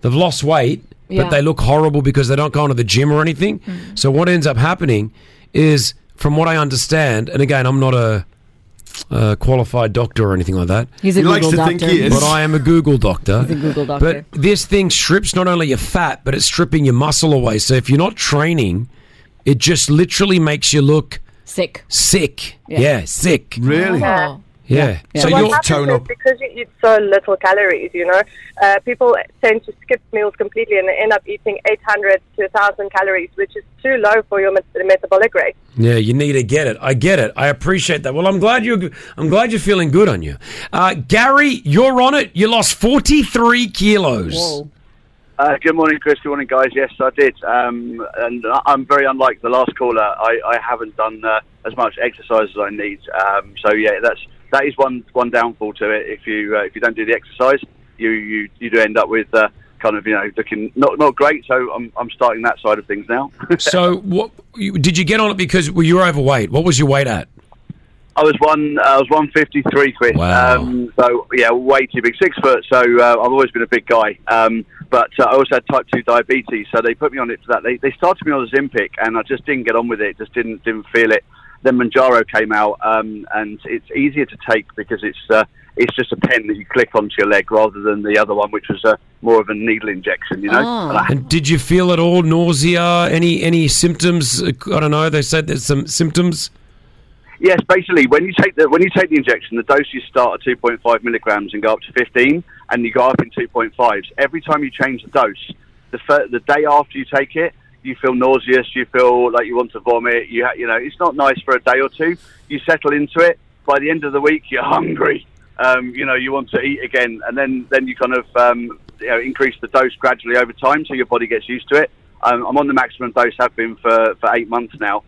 E: They've lost weight,
V: Yeah.
E: but they look horrible because they don't go into the gym or anything.
F: Hmm.
E: So what ends up happening is, from what I understand, and again, I'm not a, uh qualified doctor or anything like that.
F: He's a He likes Google to think doctor. he is.
E: but I am a Google doctor.
F: He's a Google doctor.
E: But this thing strips not only your fat, but it's stripping your muscle away. So if you're not training, it just literally makes you look
F: Sick.
E: Sick.
U: Yeah.
E: Yeah, sick.
U: Yeah.
E: Yeah.
U: So, what happens is because you eat so little calories, you know, uh, people tend to skip meals completely and they end up eating 800 to 1,000 calories, which is too low for your met- metabolic rate.
E: Yeah, you need to get it. I get it. I appreciate that. Well, I'm glad you. I'm glad you're feeling good on you, uh, Gary. You're on it. You lost 43 kilos.
G: Uh, good morning, Chris. Good morning, guys. Yes, I did. Um, and I- I'm very unlike the last caller. I, I haven't done uh, as much exercise as I need. Um, so yeah, that's that is one one downfall to it. If you uh, if you don't do the exercise, you you, you do end up with uh, kind of you know looking not not great. So I'm I'm starting that side of things now.
E: so, what you, did you get on it because well, you were overweight? What was your weight at?
G: I was one. uh, I was one fifty three, Chris. Um, so yeah, way too big. Six foot. So uh, I've always been a big guy. Um, but uh, I also had type two diabetes, so they put me on it for that. They, they started me on Ozempic, and I just didn't get on with it. Just didn't didn't feel it. Then Manjaro came out, um, and it's easier to take because it's uh, it's just a pen that you click onto your leg rather than the other one, which was uh, more of a needle injection. You know.
E: Oh.
U: Oh.
G: And I
E: And did you feel at all nausea? Any any symptoms? I don't know. They said there's some symptoms.
G: Yes, basically, when you take the when you take the injection, the doses start at 2.5 milligrams and go up to 15, and you go up in 2.5s. Every time you change the dose, the fir- the day after you take it, you feel nauseous, you feel like you want to vomit. You ha- you know it's not nice for a day or two. You settle into it. By the end of the week, you're hungry. Um, you know you want to eat again, and then then you kind of um, you know, increase the dose gradually over time, so your body gets used to it. Um, I'm on the maximum dose, have been for, for eight months now.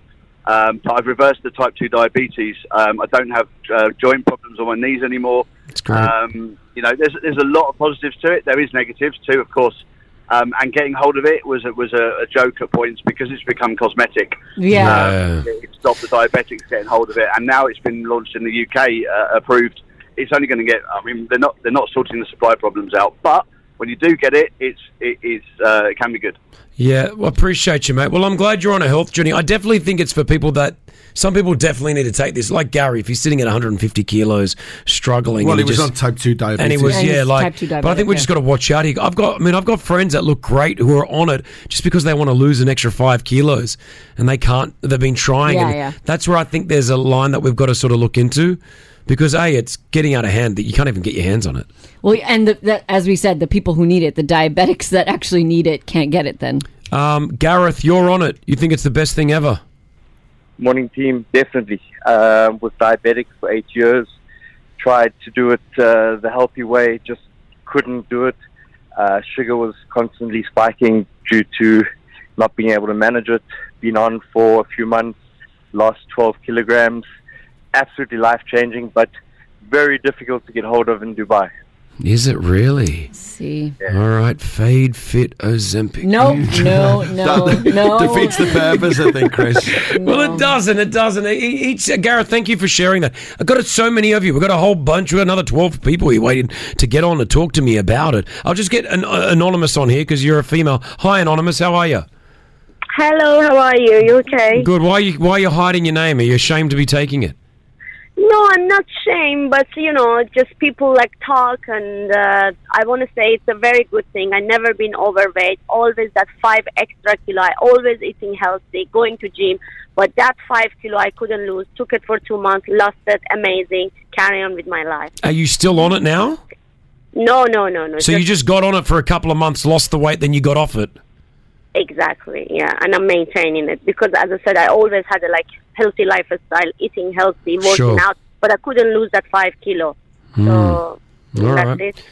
G: Um, but I've reversed the type 2 diabetes. Um, I don't have uh, joint problems on my knees anymore.
E: great.
B: Uh.
G: Um, you know, there's, there's a lot of positives to it. There is negatives too, of course. Um, and getting hold of it was, a- was a, a joke at points because it's become cosmetic.
F: Yeah.
G: Um, it stopped the diabetics getting hold of it, and now it's been launched in the UK, uh, approved. It's only going to get. I mean, they're not they're not sorting the supply problems out, but when you do get it, it's it is uh, it can be good.
E: Yeah, well, appreciate you, mate. Well, I'm glad you're on a health journey. I definitely think it's for people that some people definitely need to take this. Like Gary, if he's sitting at 150 kilos, struggling.
B: Well,
E: and
B: he was
E: just-
B: on type 2 diabetes.
E: And he was, yeah, like.
B: type 2
E: but I think we
B: diabetic,
E: just
B: yeah.
E: got to watch out. here. I've got, I mean, I've got friends that look great who are on it just because they want to lose an extra five kilos, and they can't. They've been trying.
F: Yeah,
E: and
F: yeah.
E: That's where I think there's a line that we've got to sort of look into, because a, it's getting out of hand that you can't even get your hands on it.
F: Well, and the, that, as we said, the people who need it, the diabetics that actually need it, can't get it. Then
E: Um, Gareth, you're on it. You think it's the best thing ever?
H: morning team, definitely. Um, was diabetic for eight years. Tried to do it uh, the healthy way, just couldn't do it. Uh, sugar was constantly spiking due to not being able to manage it. Been on for a few months, lost 12 kilograms. Absolutely life changing, but very difficult to get hold of in Dubai.
E: Is it really?
F: See.
E: All right, fade fit Ozempic.
F: No, no, no, no.
E: defeats the purpose, I think,
B: Chris.
E: Well, it doesn't. It doesn't. E- Each uh, Gareth, thank you for sharing that. I got it. So many of you. We got a whole bunch. We got another twelve people here waiting to get on to talk to me about it. I'll just get an uh, anonymous on here because you're a female. Hi, anonymous. How are you?
W: Hello, how are you? You okay?
E: Good. Why are you Why are you hiding your name? Are you ashamed to be taking it?
W: No, I'm not shame, but you know, just people like talk, and uh, I want to say it's a very good thing. I never been overweight. Always that five extra kilo. I always eating healthy, going to gym, but that five kilo I couldn't lose. Took it for two months, lost it. Amazing. Carry on with my life.
E: Are you still on it now?
W: No, no, no, no.
E: So you just got on it for a couple of months, lost the weight, then you got off it.
W: Exactly, yeah, and I'm maintaining it because, as I said, I always had a like healthy lifestyle, eating healthy, working
E: Sure.
W: out, but I couldn't lose that five kilo.
E: Hmm.
W: So
E: All
W: that's
E: right.
W: it.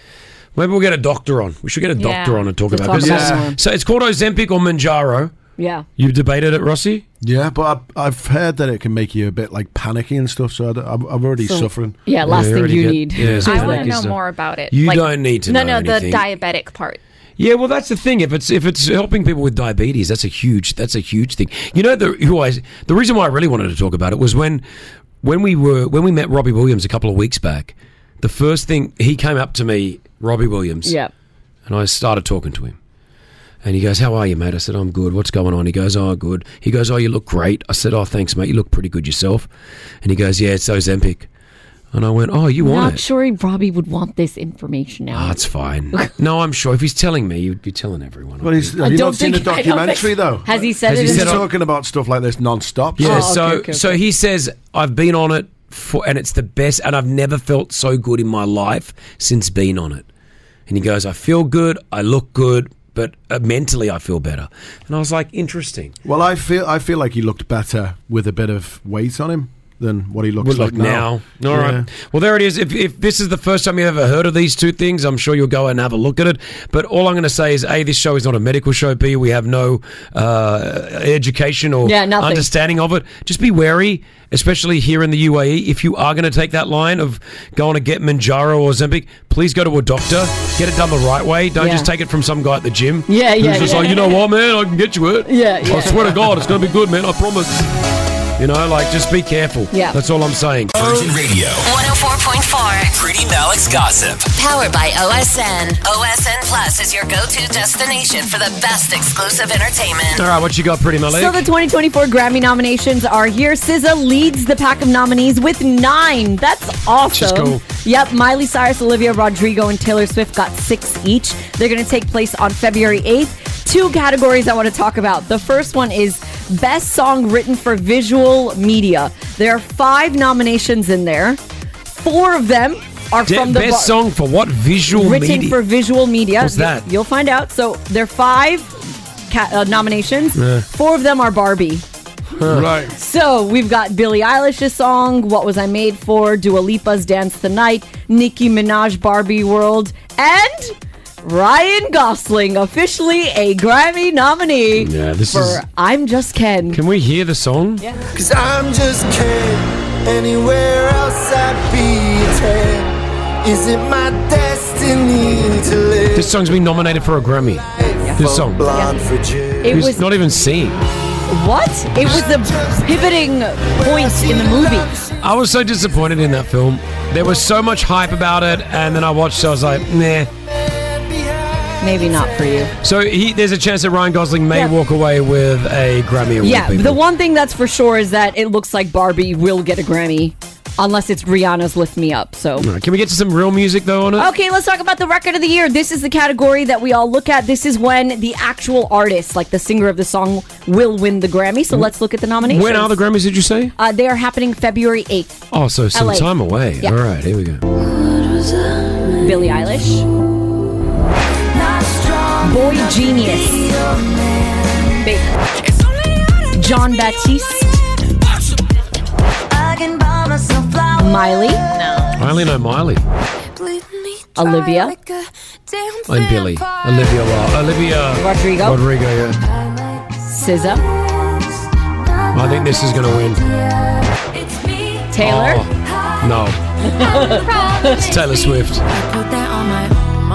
E: Maybe we'll get a doctor on. We should get a doctor
W: Yeah.
E: on and talk
B: To
E: about
B: talk
E: this.
B: about Yeah. it.
E: So it's called Ozempic or Manjaro.
F: Yeah.
E: You've debated it, Rossi?
B: Yeah, but I, I've heard that it can make you a bit like panicky and stuff. So I, am I'm already
I: So-
B: suffering.
I: Yeah,
F: last
I: thing you
E: need. yeah, it's
I: I want
E: panicky
I: to know
E: stuff.
I: more about it.
E: You don't need to
I: no,
E: know
I: No,
E: anything.
I: the diabetic part.
E: Yeah, well, that's the thing. If it's if it's helping people with diabetes, that's a huge that's a huge thing. You know, the who I the reason why I really wanted to talk about it was when when we were when we met Robbie Williams a couple of weeks back. The first thing he came up to me, Robbie Williams.
F: Yeah.
E: And I started talking to him. And he goes, How are you, mate? I said, I'm good. What's going on? He goes, Oh, good. He goes, Oh, you look great. I said, Oh, thanks, mate. You look pretty good yourself. And he goes, Yeah, it's Ozempic. And I went, Oh, you want
F: Not
E: it?
F: sure Robbie would want this information now.
E: Oh, it's fine. no, I'm sure. If he's telling me, you'd be telling everyone.
B: Well, he's, have
F: I
B: you
F: don't
B: not seen the
F: think- I don't
B: documentary
F: think-
B: though?
F: Has he said Has it he
B: He's
F: in said the-
B: talking about stuff like this non-stop.
E: Yeah,
I: Oh,
E: so so he says I've been on it for and it's the best and I've never felt so good in my life since being on it. And he goes, I feel good, I look good, but uh, mentally I feel better. And I was like, interesting.
B: Well, I feel I feel like he looked better with a bit of weight on him than what he looks
E: Would
B: like
E: look now.
B: now.
E: All right.
B: Yeah.
E: Well, there it is. If, if this is the first time you've ever heard of these two things, I'm sure you'll go and have a look at it. But all I'm going to say is, A, this show is not a medical show. B, we have no uh, education or
F: Yeah, nothing.
E: understanding of it. Just be wary, especially here in the UAE. If you are going to take that line of going to get Manjaro or Zempic, please go to a doctor. Get it done the right way. Don't
F: Yeah.
E: just take it from some guy at the gym.
F: Yeah,
E: who's
F: yeah,
E: just
F: yeah.
E: like, you know what, man? I can get you it.
F: Yeah, yeah.
E: I swear to God, it's going to be good, man. I promise. You know, like, just be careful.
C: Yeah.
E: That's all I'm saying.
A: Virgin Radio.
C: 104.4.
A: Pretty Malik's Gossip.
C: Powered by OSN. OSN Plus is your go to destination for the best exclusive entertainment.
E: All right, what you got, Pretty Malik?
F: So the 2024 Grammy nominations are here. SZA leads the pack of nominees with nine. That's awesome.
E: cool.
F: Yep, Miley Cyrus, Olivia Rodrigo, and Taylor Swift got six each. They're going to take place on February 8th. Two categories I want to talk about. The first one is Best Song Written for Visual Media. There are five nominations in there. Four of them are
E: De-
F: from the
E: best
F: bar-
E: song for what visual
F: written
E: media?
F: for visual media.
E: What's
F: You-
E: that?
F: You'll find out. So there are five ca- uh, nominations.
E: Yeah.
F: Four of them are Barbie.
E: Right.
F: So we've got Billie Eilish's song "What Was I Made For," Dua Lipa's "Dance the Night," Nicki Minaj "Barbie World," and Ryan Gosling, officially a Grammy nominee
E: Yeah, this
F: for
E: is-
F: "I'm Just Ken."
E: Can we hear the song?
F: Yeah.
X: Cause I'm just kid. Anywhere else I'd be dead. Is it my destiny to live?
E: This song's been nominated for a Grammy. This song.
X: Blonde for
F: It
E: Who's
F: was-
E: not even singing.
F: What? It was the pivoting point in the movie.
E: I was so disappointed in that film. There was so much hype about it, and then I watched. it, I was like, nah.
F: Maybe not for you.
E: So he, there's a chance that Ryan Gosling may walk away with a Grammy award.
F: Yeah,
E: people.
F: the one thing that's for sure is that it looks like Barbie will get a Grammy, unless it's Rihanna's "Lift Me Up." So.
E: All right, Can we get to some real music though on it?
F: Okay, let's talk about the record of the year. This is the category that we all look at. This is when the actual artist, like the singer of the song, will win the Grammy. So let's look at the nominations.
E: Mm-hmm. When are the Grammys? Did you say?
F: Uh, they are happening February 8th.
E: Oh, so some
F: LA.
E: time away.
F: Yeah.
E: All right, here we go.
F: Billie Eilish. Boy Genius. Big. John Baptiste. Miley, no.
E: I only know Miley
F: Olivia,
E: and Billy. Olivia, Ro- Olivia
F: Rodrigo.
E: Rodrigo, yeah.
F: SZA,
E: I think this is going to win.
F: Taylor,
E: Oh, no, it's Oh. Taylor Swift.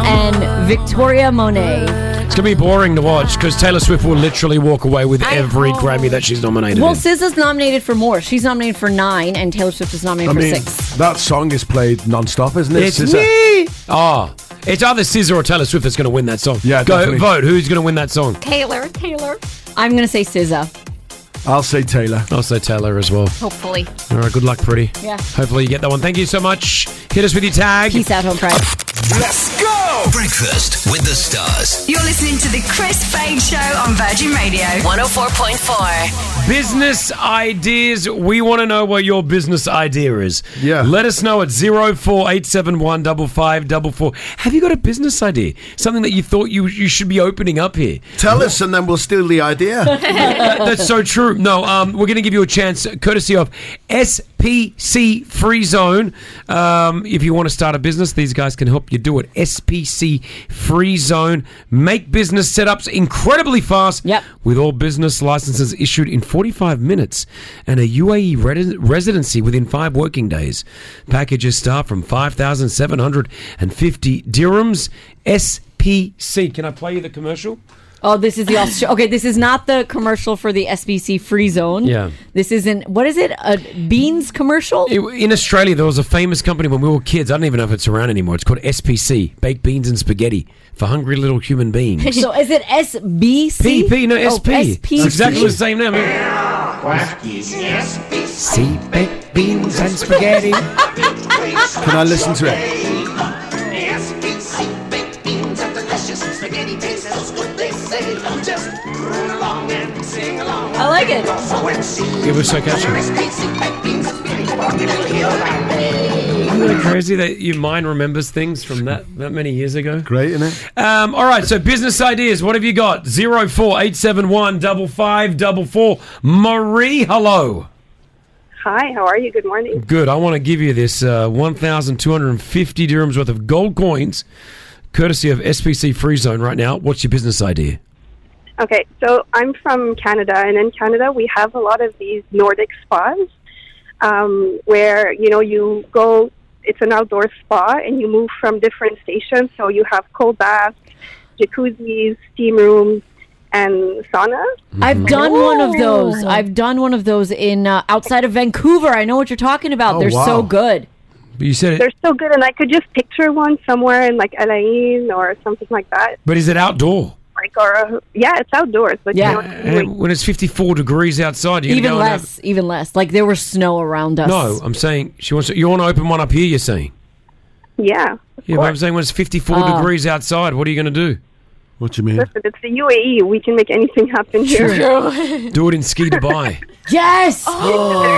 F: and Victoria Monet.
E: It's going to be boring to watch because Taylor Swift will literally walk away with every Grammy that she's nominated.
F: Well,
E: in.
F: SZA's nominated for more. She's nominated for nine, and Taylor Swift is nominated for six.
B: that song is played non-stop, isn't it?
E: It's
B: SZA?
E: me. Oh, it's either Scissor or Taylor Swift that's going to win that song. Yeah, go
B: definitely.
E: vote. Who's going to win that song?
I: Taylor, Taylor.
F: I'm gonna say SZA.
E: I'll say Taylor. I'll say Taylor as well.
I: Hopefully.
E: All right, good luck, pretty.
F: Yeah.
E: Hopefully you get that one. Thank you so much. Hit us with your tag. Peace
F: out, home pride.
A: Let's go! Breakfast with the stars.
L: You're listening to the Chris Fade Show on Virgin Radio
C: 104.4.
E: Business ideas. We want to know what your business idea is. Yeah. Let us know at 04871 5544. Have you got a business idea? Something that you thought you, you should be opening up here?
B: Tell us, and then we'll steal the idea.
E: That- that's so true. No, um, we're going to give you a chance, courtesy of SPC Free Zone. Um, if you want to start a business, these guys can help you do it. SPC Free Zone make business setups incredibly fast. Yep. With all business licenses issued in 45 minutes and a UAE resi- residency within five working days. Packages start from 5,750 dirhams. SPC. Can I play you the commercial?
F: Oh, this is the Austra- okay. This is not the commercial for the SBC Free Zone.
E: Yeah.
F: This isn't what is it? A beans commercial?
E: It- In Australia, there was a famous company when we were kids. I don't even know if it's around anymore. It's called SPC, Baked Beans and Spaghetti for hungry little human beings.
F: so is it SBC?
E: PP, no
F: Oh, SPC.
E: SP. It's exactly the same name.
J: See, baked beans and spaghetti. Can
B: I listen to it?
J: I
F: like it.
E: It was so catchy. Isn't it crazy that your mind remembers things from that, that many years ago?
B: Great, isn't it?
E: Um, all right, so business ideas. What have you got? 04871 5544. Marie, hello.
K: Hi, how are you? Good morning.
E: Good. I want to give you this uh, 1,250 dirhams worth of gold coins, courtesy of SPC Free Zone right now. What's your business idea?
K: Okay, so I'm from Canada, and in Canada, we have a lot of these Nordic spas um, where, you know, you go, it's an outdoor spa, and you move from different stations. So you have cold baths, jacuzzis, steam rooms, and sauna.
F: I've done one of those. I've done one of those in uh, outside of Vancouver. I know what you're talking about.
E: Oh,
F: They're
E: wow.
F: so good.
E: But you said
K: They're
E: it,
K: so good, and I could just picture one somewhere in like Elaine or something like that.
E: but is it outdoor?
K: Like, or yeah, it's outdoors, but you know,
E: And when it's 54 degrees outside, you're
F: Even
E: gonna go and have-
F: less, even less. Like there was snow around us.
E: No, I'm saying she wants. To, you want to open one up here? You're saying.
K: yeah.
E: Yeah, but I'm saying when it's 54
F: Ah.
K: Oh.
E: degrees outside, what are you going to do?
B: What do
E: Mm.
B: you mean?
K: Listen, it's the UAE. We can make anything happen here.
E: do it in ski Dubai.
F: Yes.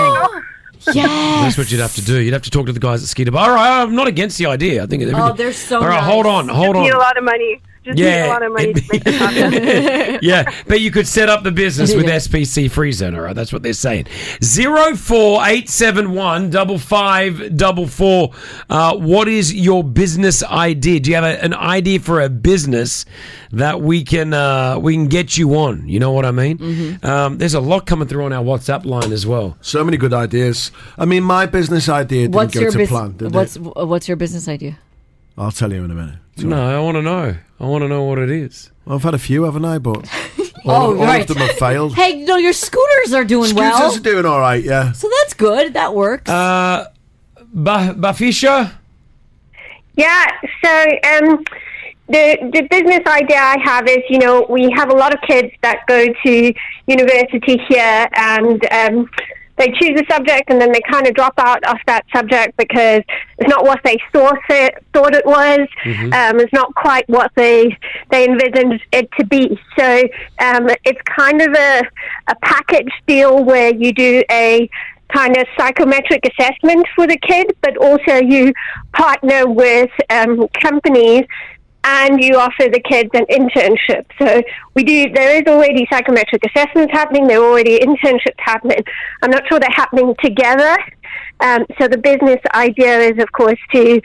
F: yes.
E: That's what you'd have to do. You'd have to talk to the guys at Ski Dubai. All right, I'm not against the idea. I think.
F: Oh,
E: everything- All right, hold on, hold
K: Just Need a
E: on.
K: lot of money. Just need
E: Yeah,
K: a lot of money to make this happen.
E: yeah, but you could set up the business with
K: Yeah.
E: SPC Free Zone. All right, that's what they're saying. Zero four eight seven one double five double four. Uh, what is your business idea? Do you have a, an idea for a business that we can uh, we can get you on? You know what I mean?
F: Mm-hmm.
E: Um, there's a lot coming through on our WhatsApp line as well.
B: So many good ideas. I mean, my business idea didn't
F: What's
B: go
F: your
B: to
F: bus-
B: plan, did
F: What's
B: it?
F: what's your business idea?
B: I'll tell you in a minute.
E: No, I want to know. I want to know what it is.
B: Well, I've had a few, haven't I? But all,
F: Oh,
B: all
F: right.
B: of them have failed.
F: Hey, no, your scooters are doing well.
B: Scooters are doing all right, yeah.
F: so that's good. That works.
E: Uh, bah- Bafisha?
N: Yeah. So um, the the business idea I have is, you know, we have a lot of kids that go to university here, and um, they choose a subject, and then they kind of drop out of that subject because it's not what they thought it thought it was.
J: Mhm.
N: Um, it's not quite what they they envisioned it to be. So um, it's kind of a a package deal where you do a kind of psychometric assessment for the kid, but also you partner with um, companies and you offer the kids an internship. So we do. There is already psychometric assessments happening. There are already internships happening. I'm not sure they're happening together. Um, so the business idea is, of course, to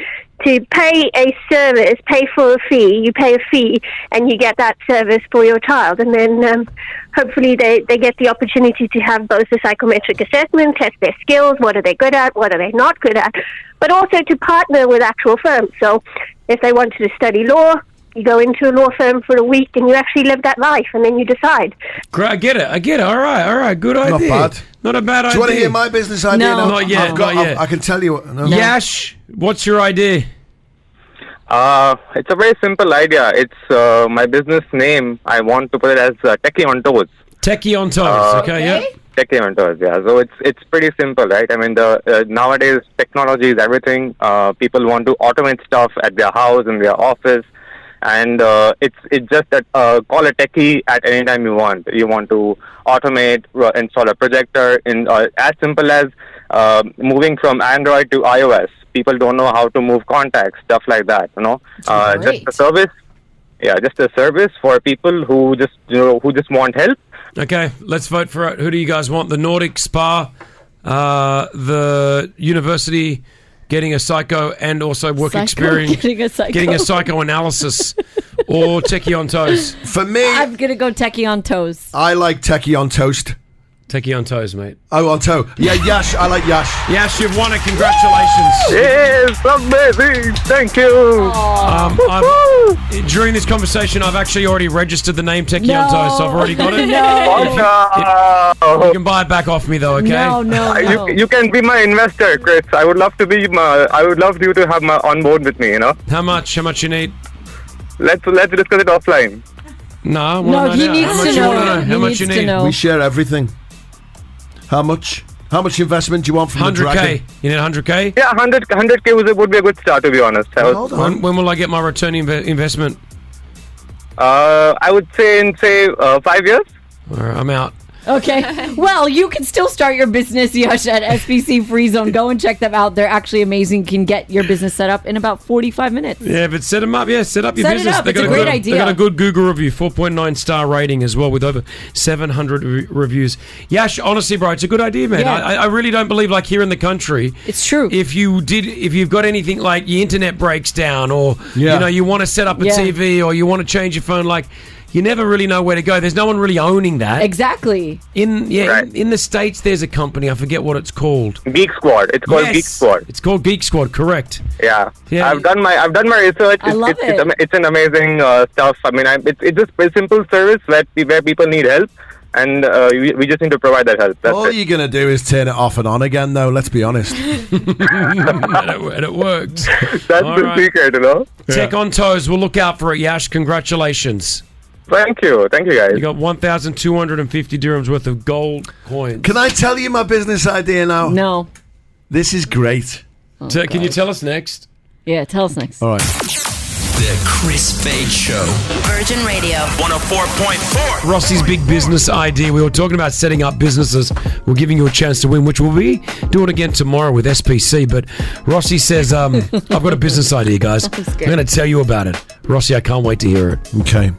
N: to pay a service, pay for a fee. You pay a fee, and you get that service for your child, and then um, hopefully they they get the opportunity to have both the psychometric assessment, test their skills, what are they good at, what are they not good at, but also to partner with actual firms. So if they wanted to study law. You go into a law firm for a week and you actually live that life, and then you decide.
E: Great, I get it. I get it. All right, all right. Good
B: Not
E: idea.
B: bad.
E: Not a bad
B: Do
E: idea.
B: you want to hear my business idea?
E: No.
B: now?
E: Not yet,
B: I've got,
E: not
B: I've-
E: yet.
B: I can tell you. No.
E: Yash, what's your idea?
D: Uh, it's a very simple idea. It's uh, my business name. I want to put it as uh, Techie on Toes. Uh,
E: Techie on Toes. okay, yeah.
D: Techie on Toes. Yeah. So it's it's pretty simple, right? I mean, the uh, nowadays technology is everything. Uh, people want to automate stuff at their house and their office, and uh, it's it's just that uh, call a techie at any time you want. You want to automate, r- install a projector. In uh, as simple as uh, moving from Android to iOS. People don't know how to move contacts, stuff like that. You know, uh, just a service. Yeah, just a service for people who just you know who just want help.
E: Okay, let's vote for it. Who do you guys want? The Nordic Spa, uh, the university getting a psycho and also work
F: Psycho,
E: experience,
F: getting a psycho.
E: getting a psychoanalysis, or techie on toes.
B: For me,
F: I'm gonna go techie on toes.
B: I like techie on toast.
E: Techie on toes, mate.
B: Oh, on toe. Yeah, Yash. I like Yash.
E: Yash, you've won it. Congratulations.
D: Yes, amazing. Thank you.
E: Um, I've- during this conversation, I've actually already registered the name Techie on toes, so I've already got it.
D: No.
E: If you- if- you can buy it back off me though, okay?
D: Uh, Oh, You, you can be my investor, Chris. I would love to be. My, I would love you to have my on board with me. You know.
E: How much? How much you need?
D: Let's let's discuss it offline.
E: No, I
B: wanna
E: No, know he now. How needs much to you know. wanna know? He
B: How much
E: needs you to need? know.
B: We share everything. How much? How much investment do you want from the
E: 100k.
B: dragon?
E: You need 100k?
D: Yeah, 100 k would, would be a good start to be honest. I was,
E: When, when will I get my return inve- investment?
D: Uh, I would say in say uh, five years.
E: All right, I'm out.
F: Okay. Well, you can still start your business, Yash, at SBC Free Zone. Go and check them out. They're actually amazing. You Can get your business set up in about 45 minutes.
E: Yeah, but set them up. Yeah, set up your
F: Set it
E: business.
F: up.
E: They
F: It's
E: got
F: a great
E: good,
F: idea.
E: They got a good Google review, 4.9 star rating as well, with over 700 re- reviews. Yash, honestly, bro, it's a good idea, man.
F: Yeah.
E: I, I really don't believe like here in the country.
F: It's true.
E: If you did, if you've got anything like your internet breaks down, or
B: Yeah.
E: you know you want to set up a
F: Yeah.
E: TV, or you want to change your phone, like you never really know where to go. There's no one really owning that.
F: Exactly.
E: In yeah, in, in the states, there's a company. I forget what it's called.
D: Geek Squad. It's called Geek Squad.
E: It's called Geek Squad. Correct.
D: Yeah.
E: Yeah.
D: I've done my I've done my research.
E: I
D: it's,
E: love
D: it's, It's,
E: it.
D: ama- it's an amazing uh, stuff. I mean, I, it's it's just a simple service where pe- where people need help, and uh, we, we just need to provide that help.
E: Oh,
D: That's
B: All
D: it.
B: you're gonna do is turn it off and on again, though. Let's be honest.
E: and, it, and it worked.
D: That's
E: All
D: the
E: right.
D: secret, you know.
E: Tech on toes. We'll look out for it, Yash. Congratulations.
D: Thank you. Thank you, guys.
E: You got 1,250 dirhams worth of gold coins.
B: Can I tell you my business idea now?
F: No.
B: This is great.
E: Te- can you tell us next?
F: Yeah, tell us next.
B: All right.
A: The Chris Fade Show.
C: Virgin Radio.
A: 104.4.
E: Rossi's big business idea. We were talking about setting up businesses. We're giving you a chance to win, which we'll be doing again tomorrow with SPC. But Rossi says, um, I've got a business idea, guys. I'm
B: good.
E: going to tell you about it. Rossi, I can't wait to hear it.
B: Okay.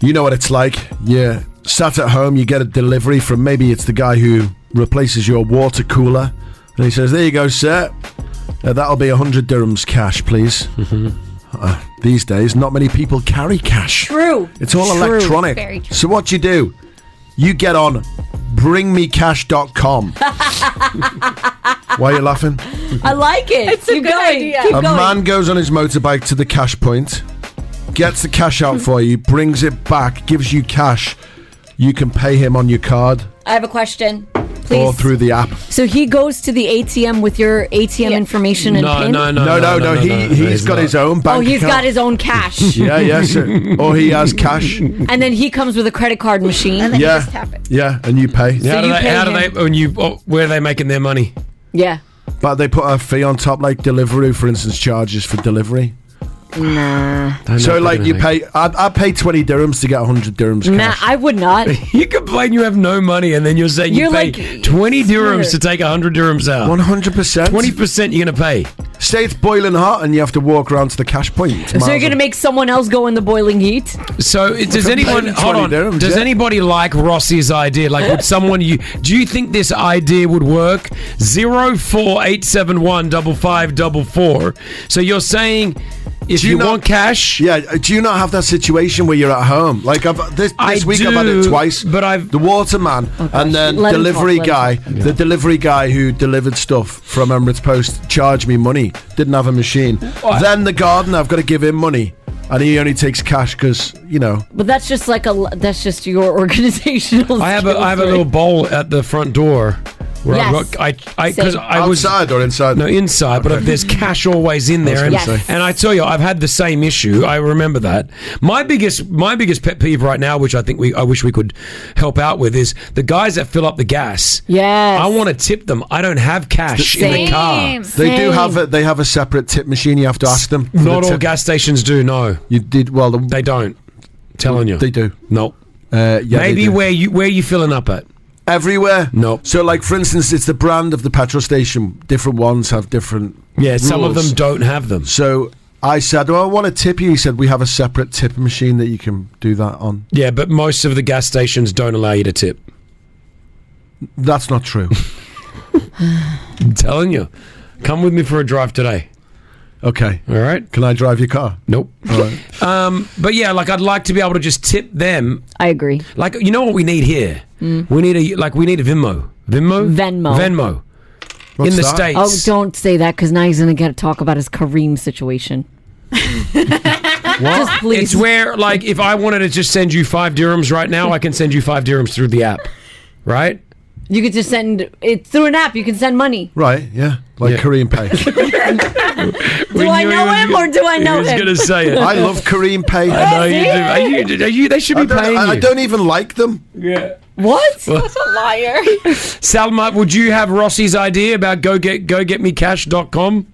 B: You know what it's like. You're sat at home, you get a delivery from maybe it's the guy who replaces your water cooler, and he says, There you go, sir. Uh, that'll be 100 dirhams cash, please.
E: Mm-hmm.
B: Uh, these days, not many people carry cash.
F: True.
B: It's all
F: True.
B: electronic.
F: Very true.
B: So, what you do, you get on bringmecash.com. Why are you laughing?
F: I like it. It's Keep a going. Keep
B: a
F: going.
B: man goes on his motorbike to the cash point, gets the cash out
F: Hmm.
B: for you, brings it back, gives you cash. You can pay him on your card
F: I have a question.
B: or
F: Please.
B: through the app.
F: So he goes to the ATM with your ATM information and pin?
B: no, no, no. He
E: no, no,
B: he's
E: he's
B: got
E: not.
B: his own bank.
F: Oh, he's
B: account.
F: got his own cash.
B: yeah, yeah, sir. Or he has cash.
F: And then he comes with a credit card machine. And
B: yeah, yeah, and you pay.
E: how do
F: you
E: they,
F: pay
E: how do
F: him.
E: they, and you, oh, where are they making their money?
F: Yeah.
B: But they put a fee on top, like Deliveroo, for instance, charges for delivery.
F: Nah.
B: So,
E: not
B: like,
E: gonna
B: you
E: make-
B: pay. I'd, I'd pay twenty dirhams to get hundred dirhams. Cash.
F: Nah, I would not.
E: You complain you have no money, and then you're saying you
F: You're
E: pay
F: like-
E: 20 dirhams
F: Sure.
E: to take 100 dirhams out.
B: 100%.
E: 20% you're going to pay.
B: Say it's boiling hot and you have to walk around to the cash point.
F: So you're gonna make someone else go in the boiling heat?
E: So it- does anyone hold on? does anybody like Rossi's idea? Like, would someone you do you think this idea would work? Zero four eight seven one double five double four. So you're saying if you, want cash,
B: yeah. Do you not have that situation where you're at home? Like I've, this,
E: I
B: this week, I've had it
E: do,
B: twice. But I've the waterman and then
E: Let him
B: delivery
E: talk,
B: guy.
E: let him
B: The delivery guy who delivered stuff from Emirates Post charged me money. Didn't have a machine. Then the gardener, I've got to give him money, and he only takes cash because you know.
F: But that's just like a that's just your organizational.
E: I have a I have a little bowl at the front door. Where
F: Yes.
E: I, got, I, I, cause
F: Same.
E: I was
B: outside or inside?
E: No, inside. But there's cash always in there,
B: I
E: and,
B: was gonna Yes. say.
E: and I tell you, I've had the same issue. I remember that. My biggest, my biggest pet peeve right now, which I think we, I wish we could help out with, is the guys that fill up the gas.
F: Yes.
E: I want to tip them. I don't have cash in the car.
B: They do have a, they have a separate tip machine. You have to ask them. for the
E: Not all
B: tip.
E: gas stations do. No,
B: you did well.
E: they don't. Telling you,
B: they do.
E: No,
B: uh, yeah, they
E: maybe
B: do.
E: where you where you filling up at?
B: Everywhere.
E: No.
B: So, like for instance, it's the brand of the petrol station. Different ones have different.
E: Yeah, some of
B: rules.
E: them don't have them.
B: So I said, "Oh, I want to tip you." He said, "We have a separate tip machine that you can do that on."
E: Yeah, but most of the gas stations don't allow you to tip.
B: That's not true.
E: I'm telling you. Come with me for a drive today.
B: Okay.
E: All right.
B: Can I drive your car?
E: Nope.
B: All right.
E: Um, but yeah, like I'd like to be able to just tip them.
F: I agree. Mm.
E: Like you know what we need here? We need a like we need a Venmo. Venmo. Venmo. Venmo. in the states.
F: Oh, don't say that because now he's gonna get talk about his Kareem situation. Just please.
E: It's where, like, if I wanted to just send you five dirhams right now, I can send you five dirhams through the app, right?
F: You could just send it through an app. You can send money.
B: Right. Yeah. Like Korean Pay.
F: Do I know him or do I know him? Oh,
B: I love Korean Pay.
E: I know you do. Are you, are you, they should be
B: I don't-
E: paying
B: I, I
E: you.
B: don't even like them.
E: Yeah.
F: What?
E: That's
F: a liar.
E: Salma, would you have Rossi's idea about go get go get me cash.com?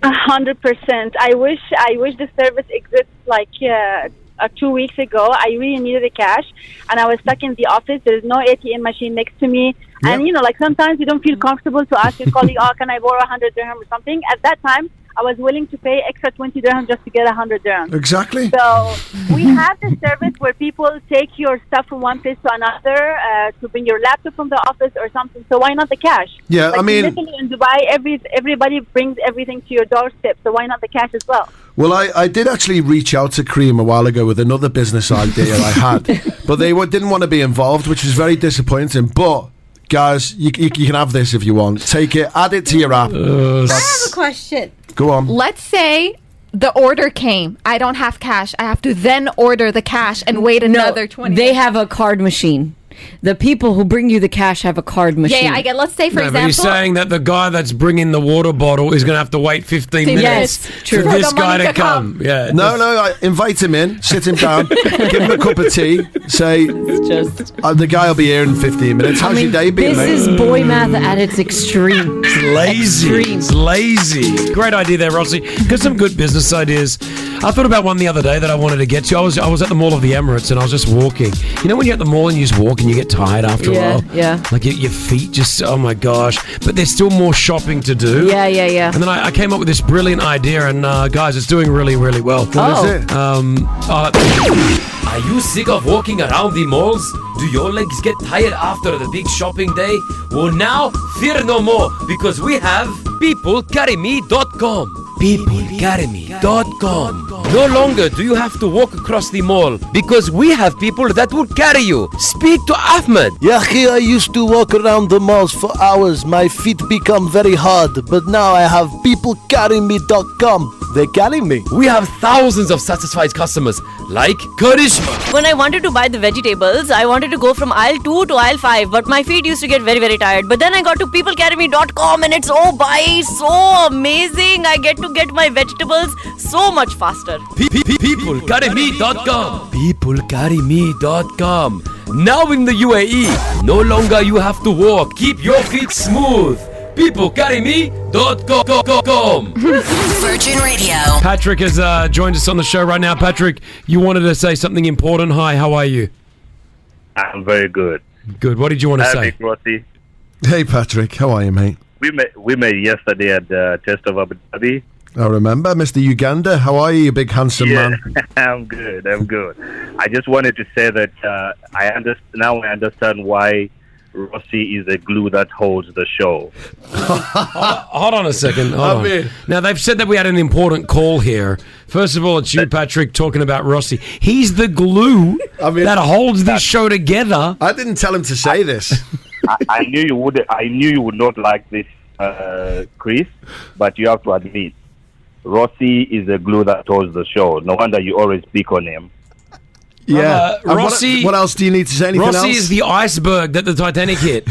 O: A hundred percent. I wish I wish the service exists like uh, uh, two weeks ago. I really needed the cash, and I was stuck in the office. There's no ATM machine next to me, and you know, like sometimes you don't feel comfortable to ask your colleague, "Oh, can I borrow a hundred dirham or something?" At that time, I was willing to pay extra twenty dirham just to get a hundred dirham.
B: Exactly.
O: So we have the service where people take your stuff from one place to another uh, to bring your laptop from the office or something. So why not the cash?
B: Yeah, I
O: Like,
B: mean-
O: literally in Dubai, every everybody brings everything to your doorstep. So why not the cash as well?
B: Well, I, I did actually reach out to Cream a while ago with another business idea I had, but they were, didn't want to be involved, which was very disappointing. But guys, you, you, you can have this if you want. Take it, add it to your app.
E: Uh,
B: That's-
I: a question.
B: go on.
I: Let's say the order came. I don't have cash. I have to then order the cash and wait another twenty.
F: They have a card machine. The people who bring you the cash have a card
I: yeah,
F: machine.
I: yeah, I get. Let's say for
E: no, but
I: example,
E: you're saying that the guy that's bringing the water bottle is going to have to wait 15
I: Yes,
E: minutes
I: true.
E: for
I: For
E: this
I: the money
E: guy to
I: to
E: come.
I: come.
E: Yeah.
B: No, no, I invite him in, sit him down, give him a cup of tea, say,
F: just
B: uh, the guy will be here in 15 minutes. How's your day been,
F: This
B: mate?
F: is boy math at its extreme.
E: It's lazy. It's lazy. Great idea there, Rossi. Got some good business ideas. I thought about one the other day that I wanted to get to. I was I was at the Mall of the Emirates and I was just walking. You know when you're at the mall and you just walk and you get tired after
F: Yeah,
E: a while?
F: yeah.
E: Like your, your feet just, oh my gosh. But there's still more shopping to do.
F: Yeah, yeah, yeah.
E: And then I, I came up with this brilliant idea and uh, guys, it's doing really, really well.
F: What is Oh. it?
E: Um, uh, are you sick of walking around the malls? Do your legs get tired after the big shopping day? Well, now fear no more because we have peoplecarryme.com. Peoplecarryme.com. No longer do you have to walk across the mall because we have people that will carry you. Speak to Ahmed.
P: Yaki, I used to walk around the malls for hours. My feet become very hard, but now I have people peoplecarryme.com. They carry me.
E: We have thousands of satisfied customers like Karishma.
Q: When I wanted to buy the vegetables, I wanted to go from aisle 2 to aisle 5, but my feet used to get very, very tired. But then I got to peoplecarryme.com and it's oh, buy so amazing. I get to get my vegetables so much faster.
E: PeopleCarryMe.com. PeopleCarryMe.com. Now in the UAE, no longer you have to walk. Keep your feet smooth. PeopleCarryMe.com.
C: Virgin Radio.
E: Patrick has uh, joined us on the show right now. Patrick, you wanted to say something important. Hi, how are you?
Y: I'm very good.
E: Good. What did you want to
Y: Hi,
E: say?
Y: Big Rossi.
B: Hey, Patrick, how are you, mate?
S: we met we met yesterday at the test of Abu Dhabi.
B: I remember, Mr. Uganda. How are you, you big handsome man?
S: I'm good. I'm good. I just wanted to say that uh, I under- now I understand why Rossi is the glue that holds the show.
E: Hold on a second. Hold on. Now they've said that we had an important call here. First of all, it's you, Patrick, talking about Rossi. He's the glue that holds this show together.
B: I didn't tell him to say this.
S: I, I knew you would. I knew you would not like this, uh, Chris. But you have to admit, Rossi is the glue that holds the show. No wonder you always pick on him.
B: Yeah.
E: Uh,
B: And what-
E: Rossi-
B: What, else do you need to say? Anything
E: Rossi
B: else?
E: is the iceberg that the Titanic hit.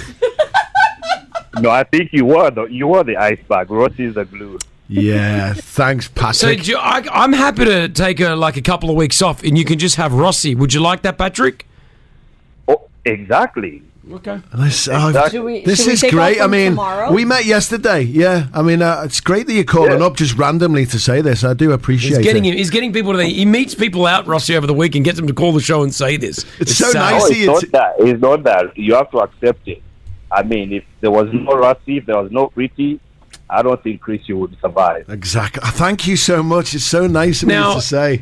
S: No, I think you were the you were the iceberg. Rossi is the glue.
B: yeah. Uh, Thanks,
E: so
B: Patrick.
E: do you- I, I'm happy to take a, like a couple of weeks off, and you can just have Rossi. Would you like that, Patrick?
S: Oh, exactly.
E: Okay.
B: This, oh,
E: Should we-
B: this
E: should we
B: is
E: take
B: great.
E: off
B: I
E: from
B: mean,
E: tomorrow?
B: we met yesterday. Yeah. I mean, uh, it's great that you're calling up just randomly to say this. I do appreciate
E: He's getting
B: it.
E: him. He's getting people to. He meets people out, Rossi, over the week, and gets them to call the show and say this. It's, sad.
S: No, Oh, it's not that. It's not that. You have to accept it. I mean, if there was no Rossi, if there was no Pretty, I don't think Chris you would survive.
B: Exactly. Thank you so much. It's so nice of
E: Now-
B: you to say.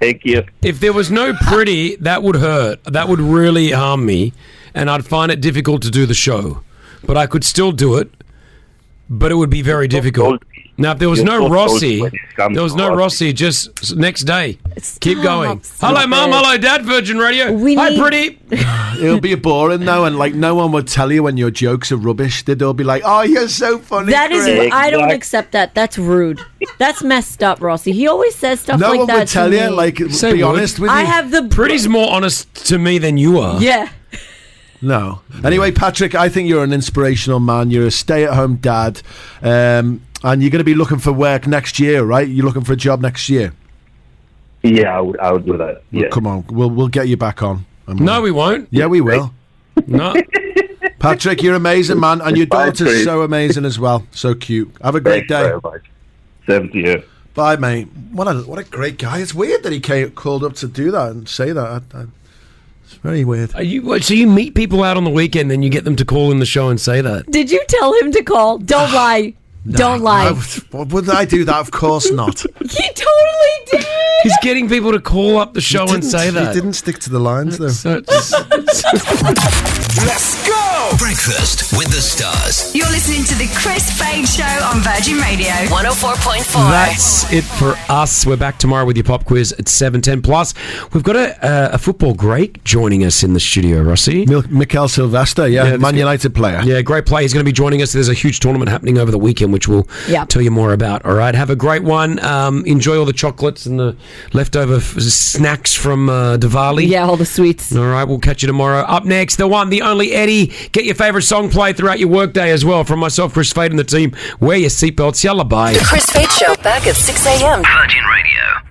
S: Thank you.
E: If there was no pretty, that would hurt. That would really harm me, and I'd find it difficult to do the show. But I could still do it. But it would be very difficult. Now, if there was
S: You're so
E: no
S: salty
E: Rossi,
S: when it comes
E: there was
S: to
E: no
S: Rossi.
E: Rossi. Just s- next day. Keep going.
B: Stop
E: Hello, mom.
B: it.
E: Hello, dad. Virgin Radio. Hi, pretty.
B: It'll be boring though, and like no one would tell you when your jokes are rubbish. They'd all be like, "Oh, you're so funny."
F: That is,
B: Chris."
F: I don't accept that. That's rude. That's messed up, Rossi. He always says stuff
B: No
F: like
B: one
F: that.
B: would
F: to
B: tell you,
F: me.
B: like,
E: Say
B: be
E: what?
B: honest with
F: I
B: you.
F: have the
E: Pretty's more honest to me than you are.
F: yeah.
B: No. Anyway, Patrick, I think you're an inspirational man. You're a stay-at-home dad, um, and you're going to be looking for work next year, right? You're looking for a job next year.
S: Yeah, I would, I would do that.
B: Well,
S: Yeah.
B: Come on, we'll we'll get you back on. I'm-
E: No, we won't.
B: Yeah, we will.
E: No.
B: Patrick, you're amazing, man, and your
E: Bye,
B: daughter's
E: Chris.
B: so amazing as well. So cute. Have a great day.
S: Same to you.
B: Bye, mate. What a what a great guy. It's weird that he came, called up to do that and say that. I, I, it's very weird.
E: Are you, what, so you meet people out on the weekend, then you get them to call in the show and say that.
F: Did you tell him to call? Don't lie. Don't lie.
B: would, would I do that? Of course not.
F: He totally did.
E: He's getting people to call up the show and say that.
B: He didn't stick to the lines though.
A: Let's go! Breakfast with the stars.
L: You're listening to the Chris Fade Show on Virgin Radio 104.4.
E: That's it for us. We're back tomorrow with your pop quiz at seven ten plus. We've got a, uh, a football great joining us in the studio, Rossi.
B: Mikel Sylvester, yeah,
E: that's
B: Man
E: good.
B: United player.
E: Yeah, great play. He's going to be joining us. There's a huge tournament happening over the weekend, which we'll
B: Yeah.
E: tell you more about. All right, have a great one. Um, enjoy all the chocolates and the leftover f- snacks from uh, Diwali.
F: Yeah, all the sweets.
E: All right, we'll catch you tomorrow. Up next, the one, the only Eddie. Get your favorite song played throughout your workday as well. From myself, Chris Fade, and the team. Wear your seatbelts. Yalla, bye.
L: Fade Show back at 6 a.m. Virgin Radio.